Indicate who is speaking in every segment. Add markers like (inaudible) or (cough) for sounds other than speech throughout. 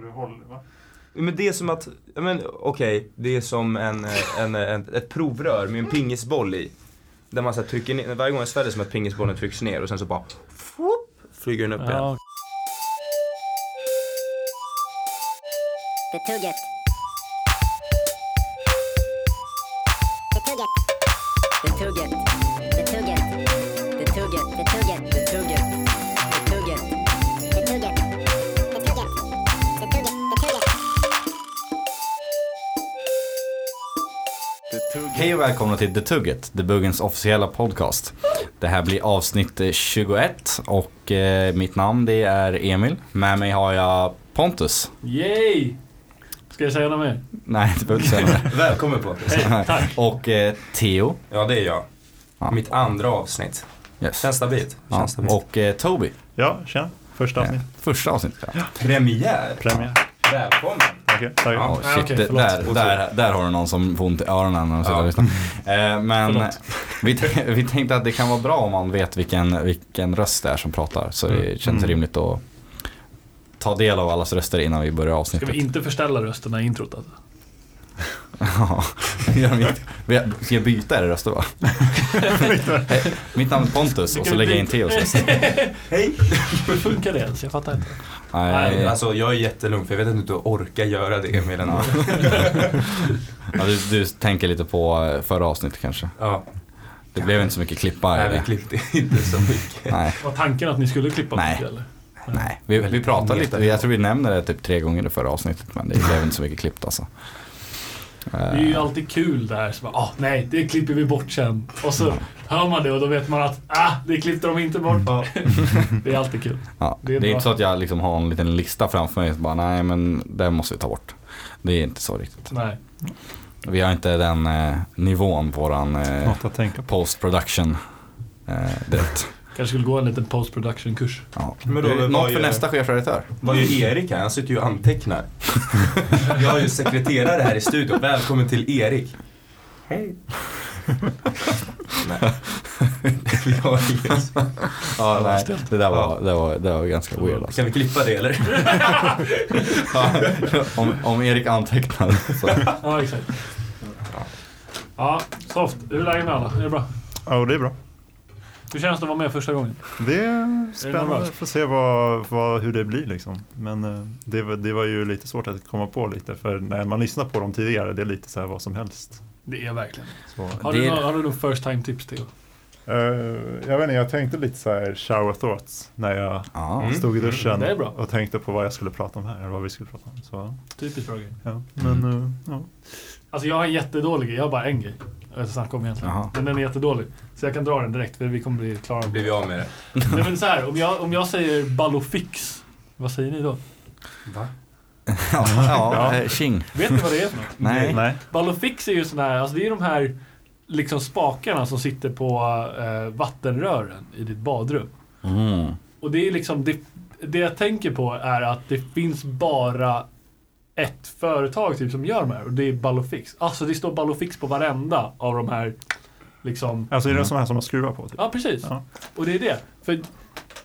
Speaker 1: håller, va?
Speaker 2: Men det är som att, ja, men okej, det är som en, en, en, ett provrör med en pingisboll i. Där man så här trycker ner, varje gång jag svär det är som att pingisbollen trycks ner och sen så bara whoop, flyger den upp igen.
Speaker 3: Ja.
Speaker 4: Betugget. Betugget. Betugget. Betugget. Betugget. Betugget. Betugget. Betugget. Betugget. Betugget. Betugget. Betugget.
Speaker 5: Hej och välkomna till The Tugget, The Buggens officiella podcast. Det här blir avsnitt eh, 21 och eh, mitt namn det är Emil. Med mig har jag Pontus.
Speaker 3: Yay! Ska jag säga något mer?
Speaker 5: Nej, det behöver jag inte
Speaker 2: (laughs)
Speaker 5: säga
Speaker 2: Välkommen Pontus.
Speaker 3: Hej, tack.
Speaker 5: mer. Och eh, Theo.
Speaker 2: Ja det är jag.
Speaker 5: Ja.
Speaker 2: Mitt andra avsnitt.
Speaker 5: Yes.
Speaker 2: Känns stabilt.
Speaker 5: Ja.
Speaker 2: Känns stabilt.
Speaker 5: Och eh, Toby.
Speaker 1: Ja, tjena. Första
Speaker 5: Ja.
Speaker 1: avsnitt.
Speaker 5: Första avsnittet. Ja.
Speaker 2: Premiär.
Speaker 1: Premiär.
Speaker 2: Välkommen.
Speaker 1: Tack. tack.
Speaker 2: Ja.
Speaker 5: Oh,
Speaker 3: Ja,
Speaker 5: shit,
Speaker 3: okej,
Speaker 5: det-
Speaker 3: förlåt.
Speaker 5: där, där, där har du någon som får ont i öronen när de sitter
Speaker 2: Ja.
Speaker 5: och lyssnar. Eh, men
Speaker 3: Förlåt.
Speaker 5: vi, t- (laughs) vi tänkte att det kan vara bra om man vet vilken, vilken röst det är som pratar. Så det känns
Speaker 1: Mm.
Speaker 5: rimligt att ta del av allas röster innan vi börjar
Speaker 3: Ska
Speaker 5: avsnittet.
Speaker 3: vi inte förställa rösterna i introt alltså?
Speaker 5: (laughs) Ja, gör de inte. Vi- Ska jag byta era röster va? Eh, Mitt namn är Pontus och så lägger jag in Theos röst.
Speaker 2: Hej.
Speaker 3: Hur funkar det ens? Jag fattar inte.
Speaker 5: Nej, ja,
Speaker 2: Alltså jag är jättelugn för jag vet inte om du orkar göra det Emil.
Speaker 5: (laughs)
Speaker 2: ändå.
Speaker 5: du, du tänker lite på eh, förra avsnittet kanske.
Speaker 2: Ja.
Speaker 5: Det blev inte så mycket klippa i
Speaker 2: Nej vi
Speaker 5: det.
Speaker 2: klippte inte så
Speaker 5: (laughs)
Speaker 2: mycket.
Speaker 5: Nej,
Speaker 3: Var tanken att ni skulle klippa
Speaker 5: Nej.
Speaker 3: mycket eller?
Speaker 5: nej. Vi, vi pratade lite, jag tror vi nämnde det typ tre gånger i förra avsnittet men det blev inte så mycket klippt alltså. Eh,
Speaker 3: Det är ju alltid kul det här. Så bara, ah, nej, det klipper vi bort sen. Och så hör man det och då vet man att ah, det klippte de inte bort.
Speaker 2: Ja.
Speaker 3: (laughs) Det är alltid kul.
Speaker 5: Ja,
Speaker 3: Det
Speaker 5: det
Speaker 3: är
Speaker 5: är,
Speaker 3: bra.
Speaker 5: inte så att jag liksom har en liten lista framför mig och bara nej men den måste vi ta bort. Det är inte så riktigt.
Speaker 3: Nej.
Speaker 5: Vi har inte den eh, nivån på våran eh,
Speaker 1: Något att tänka på.
Speaker 5: post production eh, direkt.
Speaker 3: Kanske skulle gå en liten post production kurs.
Speaker 5: Ja.
Speaker 2: Men då,
Speaker 5: Det är
Speaker 2: vad
Speaker 5: Något
Speaker 2: gör-
Speaker 5: för nästa chefredaktör.
Speaker 2: Vad gör
Speaker 5: (laughs)
Speaker 2: Erik här? Han sitter ju och antecknar. Jag är ju sekreterare här i studion.
Speaker 5: (laughs)
Speaker 2: Välkommen till Erik. Hej. Nej. Vi har ingen-
Speaker 5: Ja, nej,
Speaker 3: ställt.
Speaker 5: det där var, det var, det var ganska weird alltså.
Speaker 2: Kan vi klippa det eller?
Speaker 5: (laughs) om, om Erik antecknade så.
Speaker 3: Ja, exakt. Ja, soft. Hur är läget med alla? Är det bra?
Speaker 1: Ja, och det är bra.
Speaker 3: Hur känns det att vara med första gången?
Speaker 1: Det är spännande.
Speaker 3: nervös?
Speaker 1: Får se vad, vad, hur det blir liksom. Men eh, det, var- det var ju lite svårt att komma på lite. För när man lyssnar på dem tidigare, det är lite så här vad som helst.
Speaker 3: Det är verkligen.
Speaker 1: Så,
Speaker 3: Har
Speaker 5: Det
Speaker 3: du,
Speaker 5: är-
Speaker 3: några, har du någon first time tips Theo?
Speaker 1: eh, jag vet inte, jag tänkte lite så här shower thoughts när jag
Speaker 5: Ja.
Speaker 2: Mm.
Speaker 1: stod i duschen
Speaker 3: Det är bra.
Speaker 1: och tänkte på vad jag skulle prata om här. Eller vad vi skulle prata om. Så,
Speaker 3: Typiskt bra grej.
Speaker 1: ja. Men
Speaker 3: Mm.
Speaker 1: eh, ja.
Speaker 3: Alltså jag har en jättedålig grej. Jag har bara en grej. Jag vill snacka om egentligen.
Speaker 5: Jaha.
Speaker 3: Men den är jättedålig. Så jag kan dra den direkt för vi kommer bli
Speaker 2: (laughs)
Speaker 3: klara.
Speaker 2: Då blir vi av med det.
Speaker 3: Nej men så här, om jag, om jag säger ballofix. Vad säger ni då?
Speaker 2: Va?
Speaker 5: Ja, ja, eh, tjing.
Speaker 3: Vet ni vad det är för något? (laughs)
Speaker 5: Nej.
Speaker 1: Nej.
Speaker 3: Ballofix är ju sån här, alltså det är de här liksom spakarna som sitter på eh, vattenrören i ditt badrum.
Speaker 5: Mm.
Speaker 3: Och det är liksom, det, det jag tänker på är att det finns bara ett företag typ som gör de här och det är Ballofix. Alltså det står Ballofix på varenda av de här liksom
Speaker 1: Alltså är det sådana här som man skruvar på? Typ?
Speaker 3: Ja, precis.
Speaker 1: Ja.
Speaker 3: Och det är det. För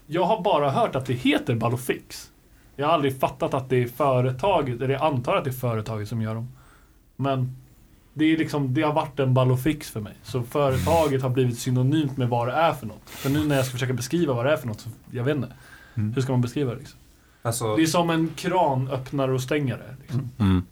Speaker 3: jag har bara hört att det heter Ballofix. Jag har aldrig fattat att det är företaget, eller jag antar att det är företaget som gör dem. Men det är liksom, det har varit en Ballofix för mig. Så företaget har blivit synonymt med vad det är för något. För nu när jag ska försöka beskriva vad det är för något, så jag vet inte.
Speaker 1: Mm.
Speaker 3: Hur ska man beskriva det liksom?
Speaker 2: Alltså,
Speaker 3: Det är som en kran öppnare och stängare. Liksom.
Speaker 5: Mm.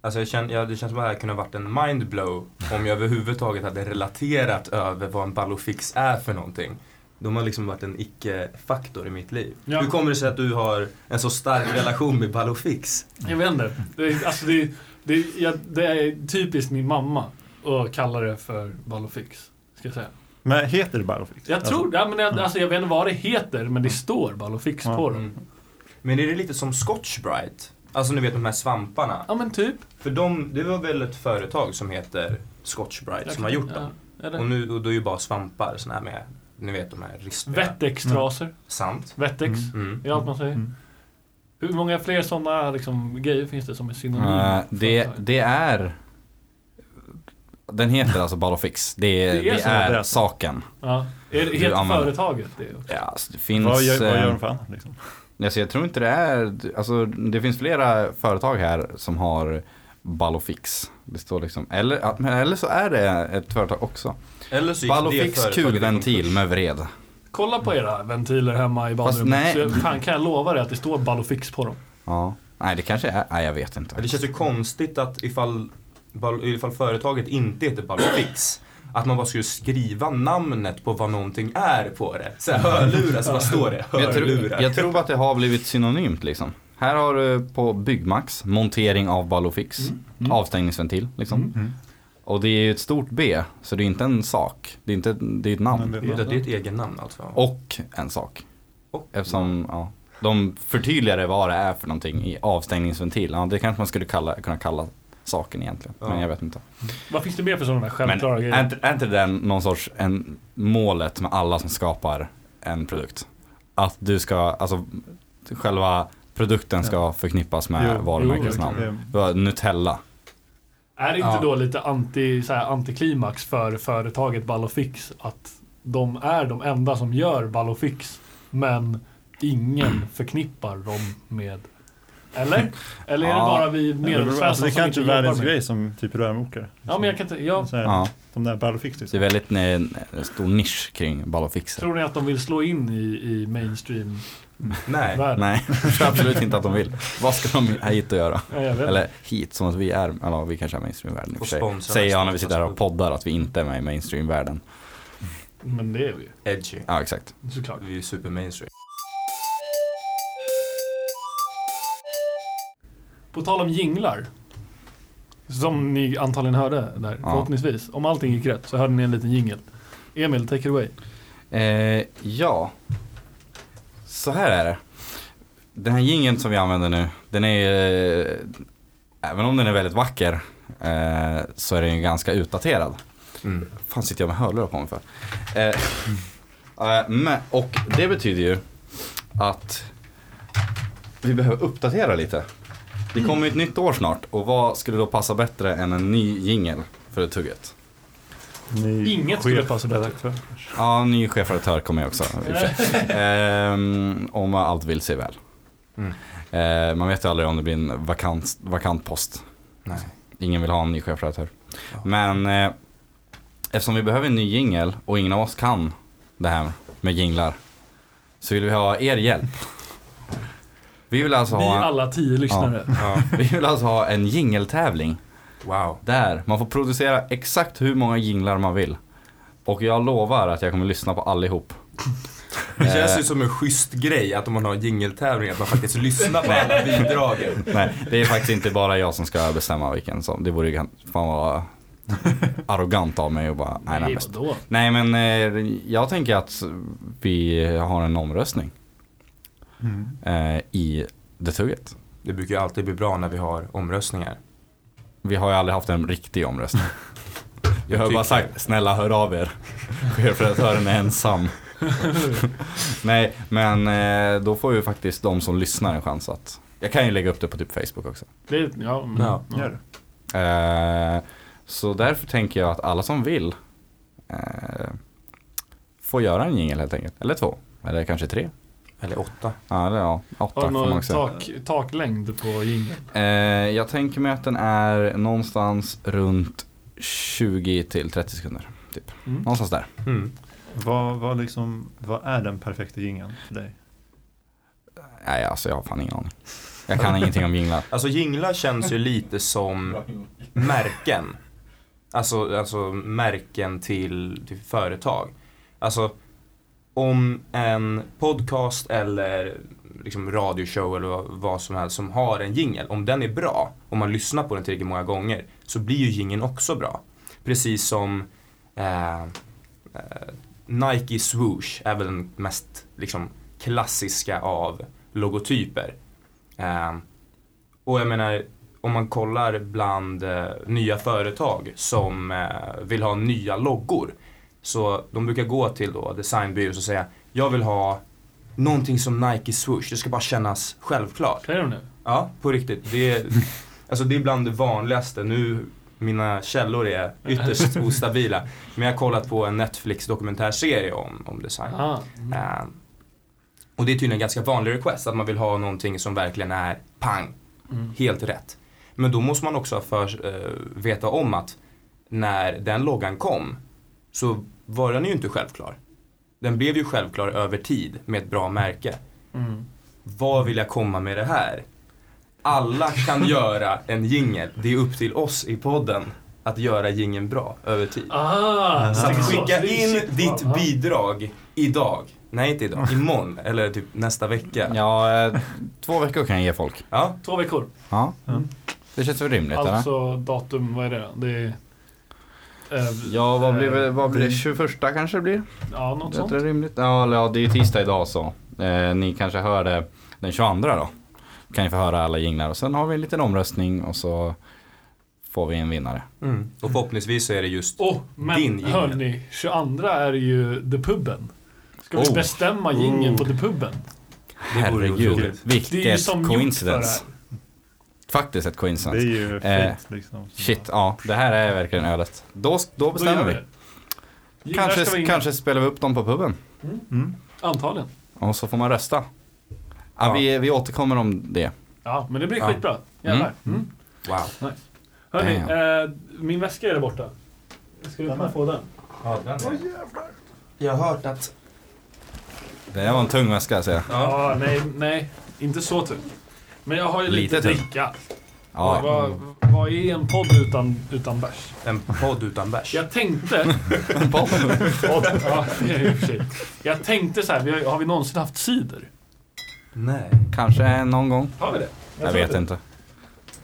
Speaker 2: alltså jag känner, ja, det känns som att det här kunde ha varit en mindblow om jag överhuvudtaget hade relaterat över vad en ballofix är för någonting. De har liksom varit en icke-faktor i mitt liv.
Speaker 3: Ja.
Speaker 2: Hur kommer det sig att du har en så stark relation med ballofix?
Speaker 3: Jag vet inte. Det är, alltså det, är- det, är, jag, det är typiskt min mamma att kalla det för Ballofix. Ska jag säga.
Speaker 1: Men heter det Barofix?
Speaker 3: Jag tror, ja, men jag, alltså, jag vet inte vad det heter, men det står Ballofix
Speaker 1: Ja.
Speaker 3: på dem.
Speaker 2: Mm. Men är det lite som Scotch Brite? Alltså ni vet de här svamparna.
Speaker 3: Ja men typ.
Speaker 2: För de, det var väl ett företag som heter Scotch Brite som har gjort dem.
Speaker 3: Ja, eller?
Speaker 2: Och nu och då är ju bara svampar såna här med, ni vet de här rispiga.
Speaker 3: Vettextrasor.
Speaker 2: Sant.
Speaker 3: Vettex.
Speaker 2: Mm.
Speaker 3: Det är allt man säger.
Speaker 1: Mm.
Speaker 3: Hur många fler sådana liksom, grejer finns det som är synonymer?
Speaker 5: Eh, det, det är... Den heter alltså Ballofix. Det,
Speaker 3: Det
Speaker 5: är-
Speaker 3: är
Speaker 5: det
Speaker 3: så,
Speaker 1: det
Speaker 5: är
Speaker 1: är så.
Speaker 5: saken.
Speaker 3: ja. är, det-
Speaker 5: Du
Speaker 3: heter
Speaker 5: använder-
Speaker 3: företaget det också?
Speaker 5: Ja, alltså, det finns...
Speaker 1: Vad gör, vad
Speaker 5: eh,
Speaker 1: gör de för annat liksom?
Speaker 5: Alltså, jag tror inte det är, alltså, det finns flera företag här som har Ballofix. Det står liksom, eller, ja, men eller så är det ett företag också.
Speaker 2: Eller så gick det
Speaker 5: Ballofix
Speaker 2: företaget i konkurs.
Speaker 5: kulventil med vred.
Speaker 3: Kolla på era ventiler hemma i badrummet.
Speaker 5: nej.
Speaker 3: Så jag- fan kan jag lova dig att det står Ballofix på dem.
Speaker 5: Ja. Nej det kanske är, nej jag vet
Speaker 2: Men
Speaker 5: inte.
Speaker 2: Det känns ju konstigt att ifall, bal- ifall företaget inte heter Ballofix att man bara skulle skriva namnet på vad någonting är på det. Så här, hörlurar, så vad står det?
Speaker 5: Jag tror,
Speaker 2: Hörlurar.
Speaker 5: jag tror att det har blivit synonymt liksom. Här har du på Byggmax, montering av Ballofix, avstängningsventil liksom.
Speaker 1: Mm.
Speaker 5: Och det är ju ett stort B, så det är inte en sak. Det är inte det är ett namn.
Speaker 1: Men det-
Speaker 2: Det är ett egen namn alltså.
Speaker 5: Och en sak.
Speaker 2: Och-
Speaker 5: Eftersom, ja. De förtydligade vad det är för någonting i avstängningsventil. Ja, det kanske man skulle kalla, kunna kalla saken egentligen. Men
Speaker 2: Ja.
Speaker 5: jag vet inte.
Speaker 3: Vad finns det mer för sådana där
Speaker 5: Men
Speaker 3: självklara
Speaker 5: är
Speaker 3: grejer?
Speaker 5: inte, är inte det någon sorts en, målet med alla som skapar en produkt? Att du ska, alltså själva produkten ska förknippas med
Speaker 1: Jo,
Speaker 5: varumärkets
Speaker 3: jo,
Speaker 5: namn.
Speaker 1: det-
Speaker 5: Vad- Nutella.
Speaker 3: Är det inte
Speaker 2: Ja.
Speaker 3: då lite anti, så här, antiklimax för företaget Ballofix att de är de enda som gör Ballofix men ingen förknippar dem med... Eller? Eller är det
Speaker 5: Ja.
Speaker 3: bara vi medelsvenskar
Speaker 1: Alltså,
Speaker 3: som
Speaker 1: det
Speaker 3: inte
Speaker 1: kanske är
Speaker 3: jobbar
Speaker 1: världens
Speaker 3: med det?
Speaker 1: grej som typ rörmokare.
Speaker 3: Ja, men jag kan inte... Jag
Speaker 1: Så här,
Speaker 5: Ja.
Speaker 1: De där Ballofix liksom.
Speaker 5: Det är väldigt eh, stor nisch kring Ballofixer.
Speaker 3: tror ni att de vill slå in i, i mainstream-världen?
Speaker 2: Nej.
Speaker 5: Nej, (laughs) jag tror absolut inte att de
Speaker 3: (laughs)
Speaker 5: vill. Vad ska de hit och göra?
Speaker 3: Ja, jag vet.
Speaker 5: Eller hit, som att vi är, eller ja, vi kanske är mainstreamvärlden i och för
Speaker 2: Och
Speaker 5: sig.
Speaker 2: sponsrar
Speaker 5: Säger jag
Speaker 2: nästan
Speaker 5: när vi sitter här och poddar att vi inte är med i mainstreamvärlden.
Speaker 3: Men det är vi ju,
Speaker 2: Edgy.
Speaker 5: Ja, exakt.
Speaker 3: såklart.
Speaker 2: Vi är ju supermainstream.
Speaker 3: På tal om jinglar. Som ni antagligen hörde där,
Speaker 5: Ja.
Speaker 3: förhoppningsvis. Om allting gick rätt så hörde ni en liten jingel. Emil, take it away.
Speaker 5: Eh, ja, så här är det. Den här jingeln som vi använder nu, den är ju, eh, även om den är väldigt vacker, eh, så är den ju ganska utdaterad.
Speaker 2: Mm.
Speaker 5: fan sitter jag med hörlurar på mig för? Eh, (laughs) eh, men, och det betyder ju att vi behöver uppdatera lite. Det kommer ju ett nytt år snart och vad skulle då passa bättre än en ny jingel för tugget?
Speaker 1: Ni
Speaker 3: Inget skulle
Speaker 1: chef-
Speaker 3: passa
Speaker 1: redaktör.
Speaker 5: Ja, ny chefredaktör kommer jag också. i och för sig. Ehm, om allt vill sig väl.
Speaker 2: Mm.
Speaker 5: Eh, man vet ju aldrig om det blir en vakant, vakant post.
Speaker 2: Nej.
Speaker 5: Ingen vill ha en ny chefredaktör.
Speaker 2: Ja.
Speaker 5: Men eh, eftersom vi behöver en ny jingel och ingen av oss kan det här med jinglar. Så vill vi ha er hjälp. Vi vill alltså
Speaker 3: Ni
Speaker 5: ha,
Speaker 3: alla tio lyssnare.
Speaker 2: Ja.
Speaker 5: vi vill alltså ha en jingeltävling.
Speaker 2: (laughs) Wow.
Speaker 5: Där man får producera exakt hur många jinglar man vill. Och jag lovar att jag kommer lyssna på allihop.
Speaker 2: Det känns
Speaker 5: Eh.
Speaker 2: ju som en schysst grej att om man har en jingeltävling att man faktiskt lyssnar på
Speaker 5: (laughs)
Speaker 2: alla bidragen.
Speaker 5: Nej, det är faktiskt inte bara jag som ska bestämma vilken som. Det vore ju gan- fan vara arrogant av mig och bara, nej, nej,
Speaker 3: Nej,
Speaker 5: mest.
Speaker 3: vadå?
Speaker 5: nej men eh, jag tänker att vi har en omröstning
Speaker 1: Mm.
Speaker 5: eh, i det tugget.
Speaker 2: Det brukar ju alltid bli bra när vi har omröstningar.
Speaker 5: Vi har ju aldrig haft en riktig omröstning. Jag har
Speaker 2: tycker-
Speaker 5: bara sagt, snälla hör av er. Chefredaktören är ensam. Nej, men eh, då får ju faktiskt de som lyssnar en chans att... Jag kan ju lägga upp det på typ Facebook också.
Speaker 3: Det, ja, men,
Speaker 2: Ja.
Speaker 3: ja.
Speaker 1: Gör det.
Speaker 5: Eh, så därför tänker jag att alla som vill eh, får göra en jingel helt enkelt. Eller två, eller kanske tre.
Speaker 2: Eller åtta.
Speaker 5: Ja, eller ja, åtta
Speaker 3: Har
Speaker 5: får
Speaker 3: du
Speaker 5: man
Speaker 3: någon
Speaker 5: också.
Speaker 3: tak, taklängd på jingeln?
Speaker 5: Eh, jag tänker mig att den är någonstans runt 20 till 30 sekunder. Typ.
Speaker 3: Mm.
Speaker 5: Någonstans där.
Speaker 2: Mm.
Speaker 1: Vad, vad, liksom, vad är den perfekta jingeln för dig?
Speaker 5: Nej, alltså jag har fan ingen aning. Jag kan ingenting om jinglar.
Speaker 2: Alltså jinglar känns ju lite som
Speaker 5: Mm.
Speaker 2: märken. Alltså, alltså märken till, till företag. Alltså om en podcast eller liksom radioshow eller vad, vad som helst som har en jingel, om den är bra, om man lyssnar på den tillräckligt många gånger, så blir ju jingeln också bra. Precis som eh, eh, Nike swoosh är väl den mest liksom, klassiska av logotyper. Eh, och jag menar, om man kollar bland eh, nya företag som eh, vill ha nya loggor. Så de brukar gå till då designbyrån och säga, jag vill ha någonting som Nike swoosh, det ska bara kännas självklart.
Speaker 3: Säger de nu?
Speaker 2: Ja, på riktigt. Det är, alltså det är bland det vanligaste. Nu, mina källor är ytterst ostabila.
Speaker 3: Mm.
Speaker 2: Men jag har kollat på en Netflix dokumentärserie om, om design.
Speaker 3: Ah.
Speaker 2: Eh, Ehm, Och det är tydligen en ganska vanlig request, att man vill ha någonting som verkligen är pang, helt rätt. Men då måste man också för, eh, veta om att när den loggan kom så var den ju inte självklar. Den blev ju självklar över tid med ett bra märke.
Speaker 3: Mm.
Speaker 2: Vad vill jag komma med det här? Alla kan göra en jingel. Det är upp till oss i podden att göra jingeln bra över tid.
Speaker 3: Ah,
Speaker 2: Så att
Speaker 3: tänker
Speaker 2: skicka
Speaker 3: Det är
Speaker 2: in
Speaker 3: shit,
Speaker 2: ditt
Speaker 3: va?
Speaker 2: bidrag idag. Nej, inte idag. Imorgon eller typ nästa vecka.
Speaker 5: Ja, eh, två veckor kan jag ge folk.
Speaker 2: Ja,
Speaker 3: Två veckor.
Speaker 5: Ja.
Speaker 1: Mm.
Speaker 5: Det känns väl rimligt eller?
Speaker 3: Alltså datum, vad är det? Det är... Eh,
Speaker 5: Ja, vad blir,
Speaker 3: eh,
Speaker 5: det- vad blir det? 21 kanske det blir?
Speaker 3: Ja, något
Speaker 5: Det
Speaker 3: sånt.
Speaker 5: är rimligt. Ja, eller ja, det är ju tisdag idag så. Eh, ni kanske hör det den 22 då. Kan ni få höra alla jinglar och sen har vi en liten omröstning och så får vi en vinnare.
Speaker 2: Mm. Och förhoppningsvis så är det just...
Speaker 3: Oh, men
Speaker 2: Din jingel.
Speaker 3: hörni, 22 är ju The Puben. Ska vi
Speaker 5: Oh.
Speaker 3: bestämma jingeln på The Puben?
Speaker 2: Det vore
Speaker 5: Herregud,
Speaker 2: otroligt.
Speaker 3: Det är ju
Speaker 5: vilket
Speaker 3: som gjort för det här.
Speaker 5: coincidence. Faktiskt ett
Speaker 1: Det är
Speaker 5: coincidence.
Speaker 1: ju
Speaker 5: Eh,
Speaker 1: fint liksom.
Speaker 5: Shit, ja, det här är verkligen ödet. Då, då
Speaker 3: Då gör
Speaker 5: bestämmer
Speaker 3: vi
Speaker 5: vi.
Speaker 3: det. Jinglar ska vi
Speaker 5: Kanske,
Speaker 3: in-
Speaker 5: kanske spelar vi upp dem på puben.
Speaker 1: Mm.
Speaker 3: Antagligen.
Speaker 5: Och så får man rösta. Ja,
Speaker 2: Ja.
Speaker 5: Vi, vi återkommer om det.
Speaker 3: Ja, men det blir
Speaker 2: Ja.
Speaker 3: skitbra. Jävlar. Mm.
Speaker 2: Wow.
Speaker 3: Hörni, eh, min väska är där borta. Ska du kunna få den?
Speaker 2: Jag har hört att...
Speaker 5: Det där var en tung väska säger jag.
Speaker 2: Ja.
Speaker 3: Ja, nej, nej. Inte så tungt. Men jag har ju lite,
Speaker 5: Lite tungt.
Speaker 3: dricka.
Speaker 5: Ja.
Speaker 3: Vad, vad är en podd utan, utan bärs?
Speaker 2: En podd utan bärs.
Speaker 3: Jag tänkte... ja, det är det i och för sig. Jag tänkte så här, vi har, har vi någonsin haft cider?
Speaker 2: Nej.
Speaker 5: Kanske någon gång.
Speaker 3: Har vi det?
Speaker 5: Jag
Speaker 3: tror
Speaker 5: vet inte.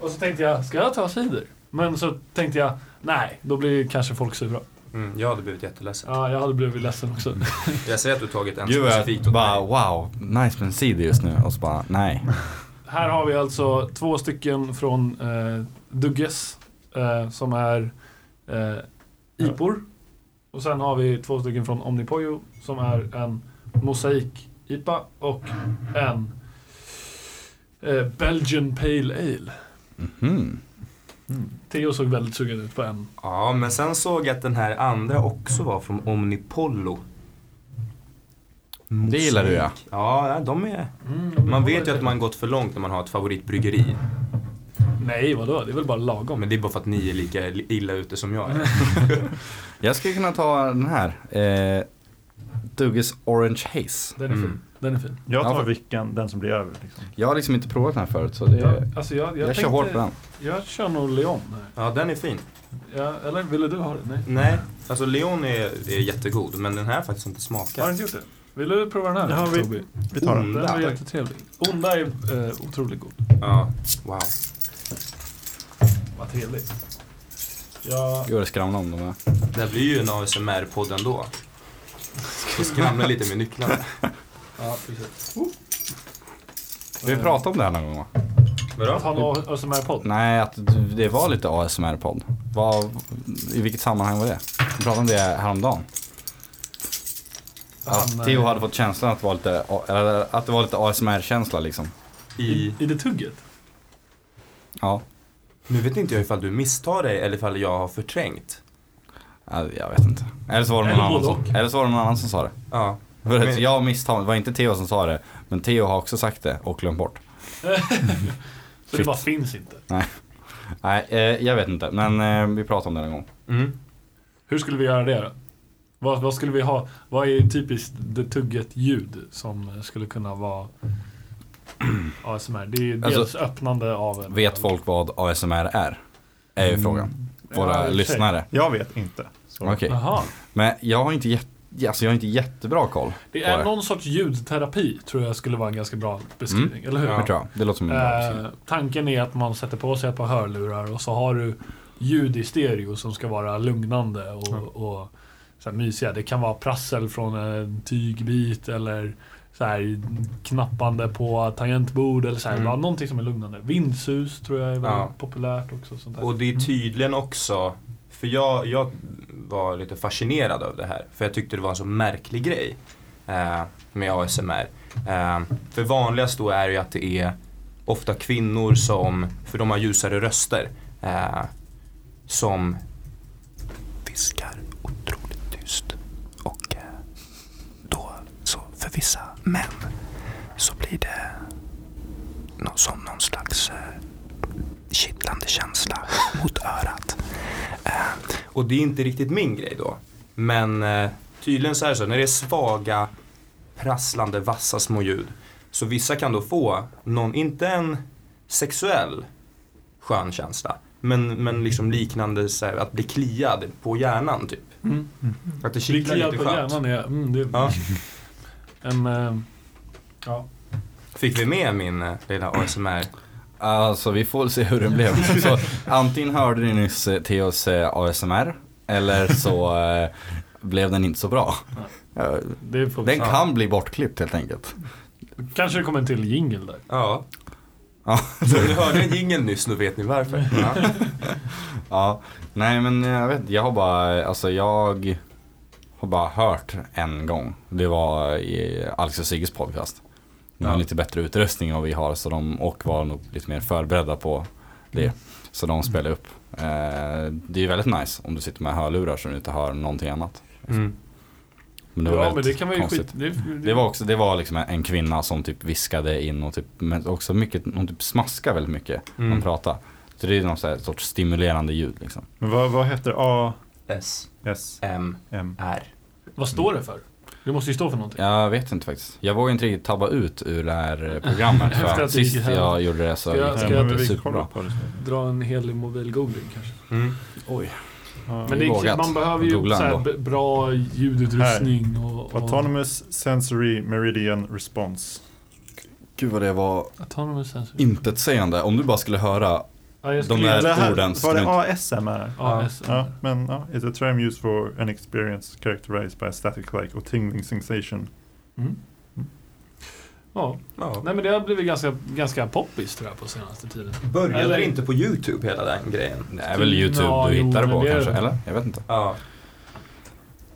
Speaker 3: Och så tänkte jag, ska jag ta cider? Men så tänkte jag, nej, då blir kanske folk sura.
Speaker 2: Mm, jag hade blivit jätteledsen.
Speaker 3: Ja, jag hade blivit ledsen också.
Speaker 2: Jag säger att du tagit en
Speaker 5: Gud vad
Speaker 2: specifik
Speaker 5: jag
Speaker 2: åt
Speaker 5: bara
Speaker 2: mig.
Speaker 5: wow, nice med en cider just nu. Och så bara nej.
Speaker 3: Här har vi alltså två stycken från eh, Dugges eh, som är eh, IPOR. Och sen har vi två stycken från Omnipojo som är en mosaik-IPA och en eh, Belgian Pale Ale.
Speaker 5: Mm.
Speaker 3: Theo såg väldigt sugen ut på en.
Speaker 2: Ja, men sen såg jag att den här andra också var från Omnipollo.
Speaker 5: Det gillar du ja. Mm,
Speaker 2: Ja, nej, de är... Man vet ju att man gått för långt när man har ett favoritbryggeri.
Speaker 3: Nej, vadå? Det är väl bara lagom.
Speaker 5: Mm.
Speaker 2: Men det är bara för att ni är lika illa ute som jag är.
Speaker 5: Jag skulle kunna ta den här. Eh, Dugges Orange Haze.
Speaker 3: Den är fin.
Speaker 2: Mm.
Speaker 3: Den är fin.
Speaker 1: Jag
Speaker 5: Ja,
Speaker 1: tar
Speaker 5: för-
Speaker 1: vilken, den som blir över. Liksom.
Speaker 5: Jag har liksom inte provat den här förut så det, jag,
Speaker 3: alltså jag, jag,
Speaker 5: kör
Speaker 3: tänkte-
Speaker 5: hårt på den.
Speaker 3: Jag kör nog Leon. här.
Speaker 2: Ja, den är fin.
Speaker 3: Ja, eller ville du ha det?
Speaker 5: Mm.
Speaker 3: Nej.
Speaker 2: Nej, alltså Leon är, är jättegod, men den här har faktiskt inte
Speaker 3: Har du
Speaker 2: smakat.
Speaker 3: inte gjort det? Vill du prova den här?
Speaker 1: Ja, vi-
Speaker 3: Tobi?
Speaker 1: Vi tar den.
Speaker 2: Mm.
Speaker 3: Den var
Speaker 2: Tack.
Speaker 3: jättetrevlig. Onda är eh, otroligt god.
Speaker 2: Ja, wow.
Speaker 3: Vad trevlig. Ja,
Speaker 5: Gud det skramlar om de här.
Speaker 2: Det här blir ju en ASMR-podd ändå. Vi skramlar lite med nycklarna.
Speaker 3: ja precis.
Speaker 5: Vi pratade om det här någon gång va?
Speaker 3: Att ha någon ASMR-podd?
Speaker 5: Nej, att du- det var lite ASMR-podd. Vad- I vilket sammanhang var det? Vi pratade om det häromdagen. Att Theo hade fått känslan att det var lite, eller att det var lite ASMR-känsla liksom.
Speaker 2: I...
Speaker 3: I det tugget?
Speaker 5: Ja,
Speaker 2: Nu vet inte jag ifall du misstar dig eller ifall jag har förträngt.
Speaker 5: ja, jag vet inte. Eller så var det någon,
Speaker 3: Eller
Speaker 5: annan
Speaker 3: både
Speaker 5: som, eller så var det någon annan som sa det.
Speaker 2: Ja.
Speaker 5: För att
Speaker 2: Men-
Speaker 5: jag misstar det var inte Theo som sa det. Men Theo har också sagt det och glömt bort.
Speaker 3: Så det bara finns inte.
Speaker 5: Nej, eh, jag vet inte. Men eh, vi pratade om det en gång.
Speaker 2: Mm.
Speaker 3: Hur skulle vi göra det då? Vad, vad skulle vi ha? Vad är typiskt det tugget ljud som skulle kunna vara (clears throat) ASMR? Det är ju dels
Speaker 5: Alltså,
Speaker 3: öppnande av en...
Speaker 5: Vet folk vad ASMR är? Är ju frågan. Våra
Speaker 3: Mm. Ja, i och för sig.
Speaker 5: lyssnare.
Speaker 1: Mm. Jag vet inte. Så.
Speaker 5: Okej.
Speaker 3: Jaha.
Speaker 5: Men jag har inte jätte, alltså jag har inte jättebra koll.
Speaker 3: Det
Speaker 5: på
Speaker 3: är någon sorts ljudterapi tror jag skulle vara en ganska bra beskrivning, eller hur?
Speaker 5: Det tror jag. Det låter
Speaker 2: Mm,
Speaker 5: som en bra beskrivning.
Speaker 3: Eh, tanken är att man sätter på sig ett par hörlurar och så har du ljud i stereo som ska vara lugnande och, och så här mysiga. Det kan vara prassel från en tygbit eller så här knappande på tangentbord eller så här,
Speaker 2: Mm.
Speaker 3: bara någonting som är lugnande. Vindsus tror jag är väldigt
Speaker 2: Ja.
Speaker 3: populärt också. Sånt där.
Speaker 2: Och det är tydligen också, för jag, jag var lite fascinerad av det här, för jag tyckte det var en så märklig grej eh, med ASMR. Eh, för vanligast då är ju att det är ofta kvinnor som, för de har ljusare röster, eh, som viskar otroligt tyst. Och eh, då, så för vissa män
Speaker 6: så blir det nå- som någon slags eh, kittlande känsla (laughs) mot örat. Eh,
Speaker 2: Och det är inte riktigt min grej då. Men eh, tydligen så är det så, när det är svaga, prasslande, vassa små ljud. Så vissa kan då få någon, inte en sexuell skön känsla. Men, men liksom liknande så här, att bli kliad på hjärnan typ.
Speaker 3: Mm.
Speaker 2: Att det
Speaker 3: Bli
Speaker 2: kittlar
Speaker 3: kliad
Speaker 2: lite
Speaker 3: på
Speaker 2: skönt.
Speaker 3: hjärnan är... Mm, det är
Speaker 2: Ja.
Speaker 3: en... eh, ja.
Speaker 2: Fick vi med min eh, lilla ASMR?
Speaker 5: Alltså vi får se hur den
Speaker 3: (laughs)
Speaker 5: blev. Så, antingen hörde ni nyss eh, Theos eh, ASMR eller så eh, blev den inte så bra. Eh,
Speaker 3: Det får vi
Speaker 5: Den
Speaker 3: se.
Speaker 5: kan bli bortklippt helt enkelt.
Speaker 3: Kanske det kommer en till jingel där.
Speaker 2: Ja.
Speaker 5: Ja.
Speaker 2: Så om (laughs) ni hörde en jingel nyss, nu vet ni varför. Ja.
Speaker 5: Ja, nej men eh, jag vet jag har bara, alltså jag har bara hört en gång. Det var i Alex och Sigges podcast. De har
Speaker 2: Ja.
Speaker 5: lite bättre utrustning än vad vi har så de, och var nog lite mer förberedda på det.
Speaker 3: Mm.
Speaker 5: Så de spelar upp. Eh, det är ju väldigt nice om du sitter med hörlurar så du inte hör någonting annat.
Speaker 2: Mm.
Speaker 5: Men det var
Speaker 3: Ja, men
Speaker 5: väldigt
Speaker 3: det kan vara ju
Speaker 5: konstigt.
Speaker 3: skit... Det, det,
Speaker 5: Det var, också, det var liksom en kvinna som typ viskade in och typ, men också mycket, hon typ smaskade väldigt mycket när hon
Speaker 2: Mm.
Speaker 5: pratade. Så det är någon så här sorts stimulerande ljud liksom.
Speaker 1: Men vad, vad heter A,
Speaker 2: S,
Speaker 1: S,
Speaker 2: M,
Speaker 1: M?
Speaker 2: R.
Speaker 3: Vad står det för? Det måste ju stå för någonting.
Speaker 5: Jag vet inte faktiskt. Jag vågar inte riktigt tabba ut ur det här eh, programmet.
Speaker 3: (laughs) Efter
Speaker 5: För
Speaker 3: att
Speaker 5: att
Speaker 3: det gick
Speaker 5: sist
Speaker 3: hem.
Speaker 5: jag gjorde det så
Speaker 3: Ska jag-
Speaker 5: gick
Speaker 3: ska
Speaker 5: det
Speaker 3: jag-
Speaker 5: inte
Speaker 1: vi
Speaker 5: superbra.
Speaker 1: kollar på det.
Speaker 3: Dra en hel mobilgoogling kanske.
Speaker 2: Mm.
Speaker 5: Oj.
Speaker 1: Ja.
Speaker 3: Men det är,
Speaker 5: Vågat.
Speaker 3: man behöver ju
Speaker 5: Googla
Speaker 3: så här,
Speaker 5: ändå.
Speaker 3: b- bra ljudutrustning och... och
Speaker 1: Autonomous Sensory Meridian Response.
Speaker 5: Gud vad det var
Speaker 3: Autonomous sensor.
Speaker 5: intetsägande. Om du bara skulle höra. de
Speaker 3: ja, jag
Speaker 5: där-
Speaker 3: skulle...
Speaker 1: Det här,
Speaker 5: orden
Speaker 1: var
Speaker 5: som
Speaker 1: det
Speaker 5: inte-
Speaker 1: ASMR?
Speaker 3: AS.
Speaker 1: Ja, men ja, it's a term used for an experience characterized by a static like or tingling sensation.
Speaker 3: Mm. Ja,
Speaker 2: Ja.
Speaker 3: nej men det har blivit ganska, ganska poppis tror jag på senaste tiden.
Speaker 2: Började
Speaker 3: Eller-
Speaker 2: det inte på YouTube hela den grejen?
Speaker 5: Det är väl YouTube
Speaker 3: Ja,
Speaker 5: du
Speaker 3: jo,
Speaker 5: hittar det
Speaker 3: men
Speaker 5: på
Speaker 3: det är-
Speaker 5: kanske? Eller? Jag vet inte.
Speaker 2: Ja.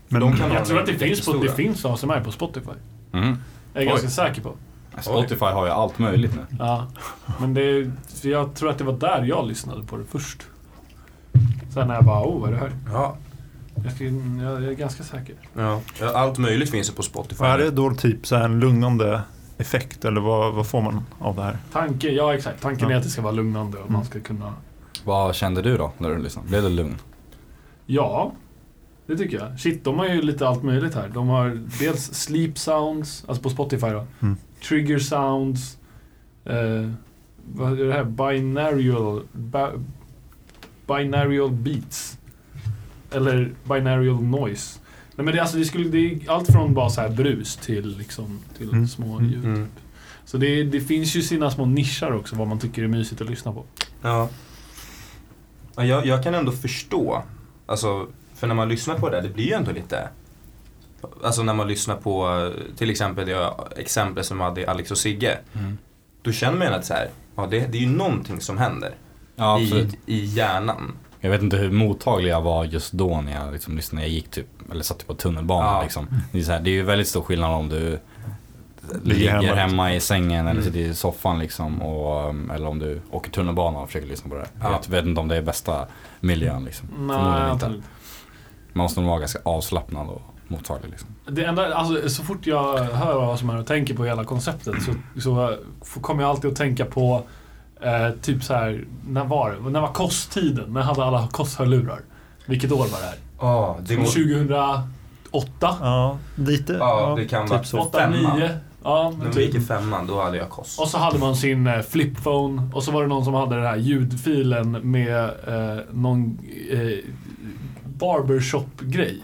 Speaker 1: Men
Speaker 2: De kan-
Speaker 3: Jag tror att det
Speaker 2: Ja,
Speaker 3: finns, på, det
Speaker 2: jättestora.
Speaker 3: finns ASMR på Spotify.
Speaker 5: Mm.
Speaker 3: Jag är
Speaker 5: Oj.
Speaker 3: ganska säker på.
Speaker 5: Spotify har ju allt möjligt nu.
Speaker 3: Ja. Men det, är- för jag tror att det var där jag lyssnade på det först. Sen när jag bara, oh vad är det här?
Speaker 2: Ja.
Speaker 3: Jag, ska, jag, jag är ganska säker.
Speaker 2: ja. Allt möjligt finns ju på Spotify.
Speaker 1: är det då typ så här en lugnande effekt eller vad, vad får man av det här?
Speaker 3: Tanken, ja exakt. Tanken
Speaker 1: Ja.
Speaker 3: är att det ska vara lugnande och man ska kunna...
Speaker 5: Vad kände du då när du lyssnade? Blev du lugn?
Speaker 3: Ja, det tycker jag. Shit, de har ju lite allt möjligt här. De har dels sleep sounds, alltså på Spotify då.
Speaker 1: Mm.
Speaker 3: Trigger sounds. Eh, vad är det här? Binarial... Ba, binarial beats. Eller binarial noise. Nej men det, är alltså, det, skulle, det är allt från bara så här brus till, liksom, till
Speaker 1: Mm.
Speaker 3: små
Speaker 1: Mm.
Speaker 3: ljud.
Speaker 2: Mm.
Speaker 3: Så det, det finns ju sina små nischar också, vad man tycker är mysigt att lyssna på.
Speaker 2: Ja. ja jag, jag kan ändå förstå. Alltså, för när man lyssnar på det, det blir ju ändå lite... Alltså när man lyssnar på eh, till exempel det exempel som jag hade i Alex och Sigge. Då känner man ju att så här, ja, det, det är ju någonting som händer
Speaker 5: Ja,
Speaker 2: i,
Speaker 5: absolut.
Speaker 2: i hjärnan.
Speaker 5: Jag vet inte hur mottaglig jag var just då när jag liksom lyssnade. Jag gick typ, eller satt typ på tunnelbanan
Speaker 2: Ja.
Speaker 5: liksom. Det är, så här, det är ju väldigt stor skillnad om du ligger
Speaker 1: Ligger
Speaker 5: hemma,
Speaker 1: hemma.
Speaker 5: i sängen eller
Speaker 2: Mm.
Speaker 5: sitter i soffan liksom. Och, um, eller om du åker tunnelbana och försöker lyssna på det.
Speaker 2: Ja.
Speaker 5: Jag vet inte om det är bästa miljön liksom. Förmodligen
Speaker 3: Nej,
Speaker 5: inte.
Speaker 3: absolut.
Speaker 5: Man måste nog vara ganska avslappnad och mottaglig liksom.
Speaker 3: Det enda, alltså, så fort jag hör vad som är och tänker på hela konceptet så, så f- kommer jag alltid att tänka på eh, typ så här, när var det? När var kosttiden? När hade alla kosthörlurar? Vilket år var det här?
Speaker 2: Ja, det må-
Speaker 3: 2008?
Speaker 1: Ja, lite.
Speaker 2: Ja, det kan vara så.
Speaker 3: 8, 9? Ja, men
Speaker 2: När vi
Speaker 3: typ.
Speaker 2: gick i femman, då hade jag kost.
Speaker 3: Och så hade man sin eh, flipphone och så var det någon som hade den här ljudfilen med eh, någon eh, barbershop-grej.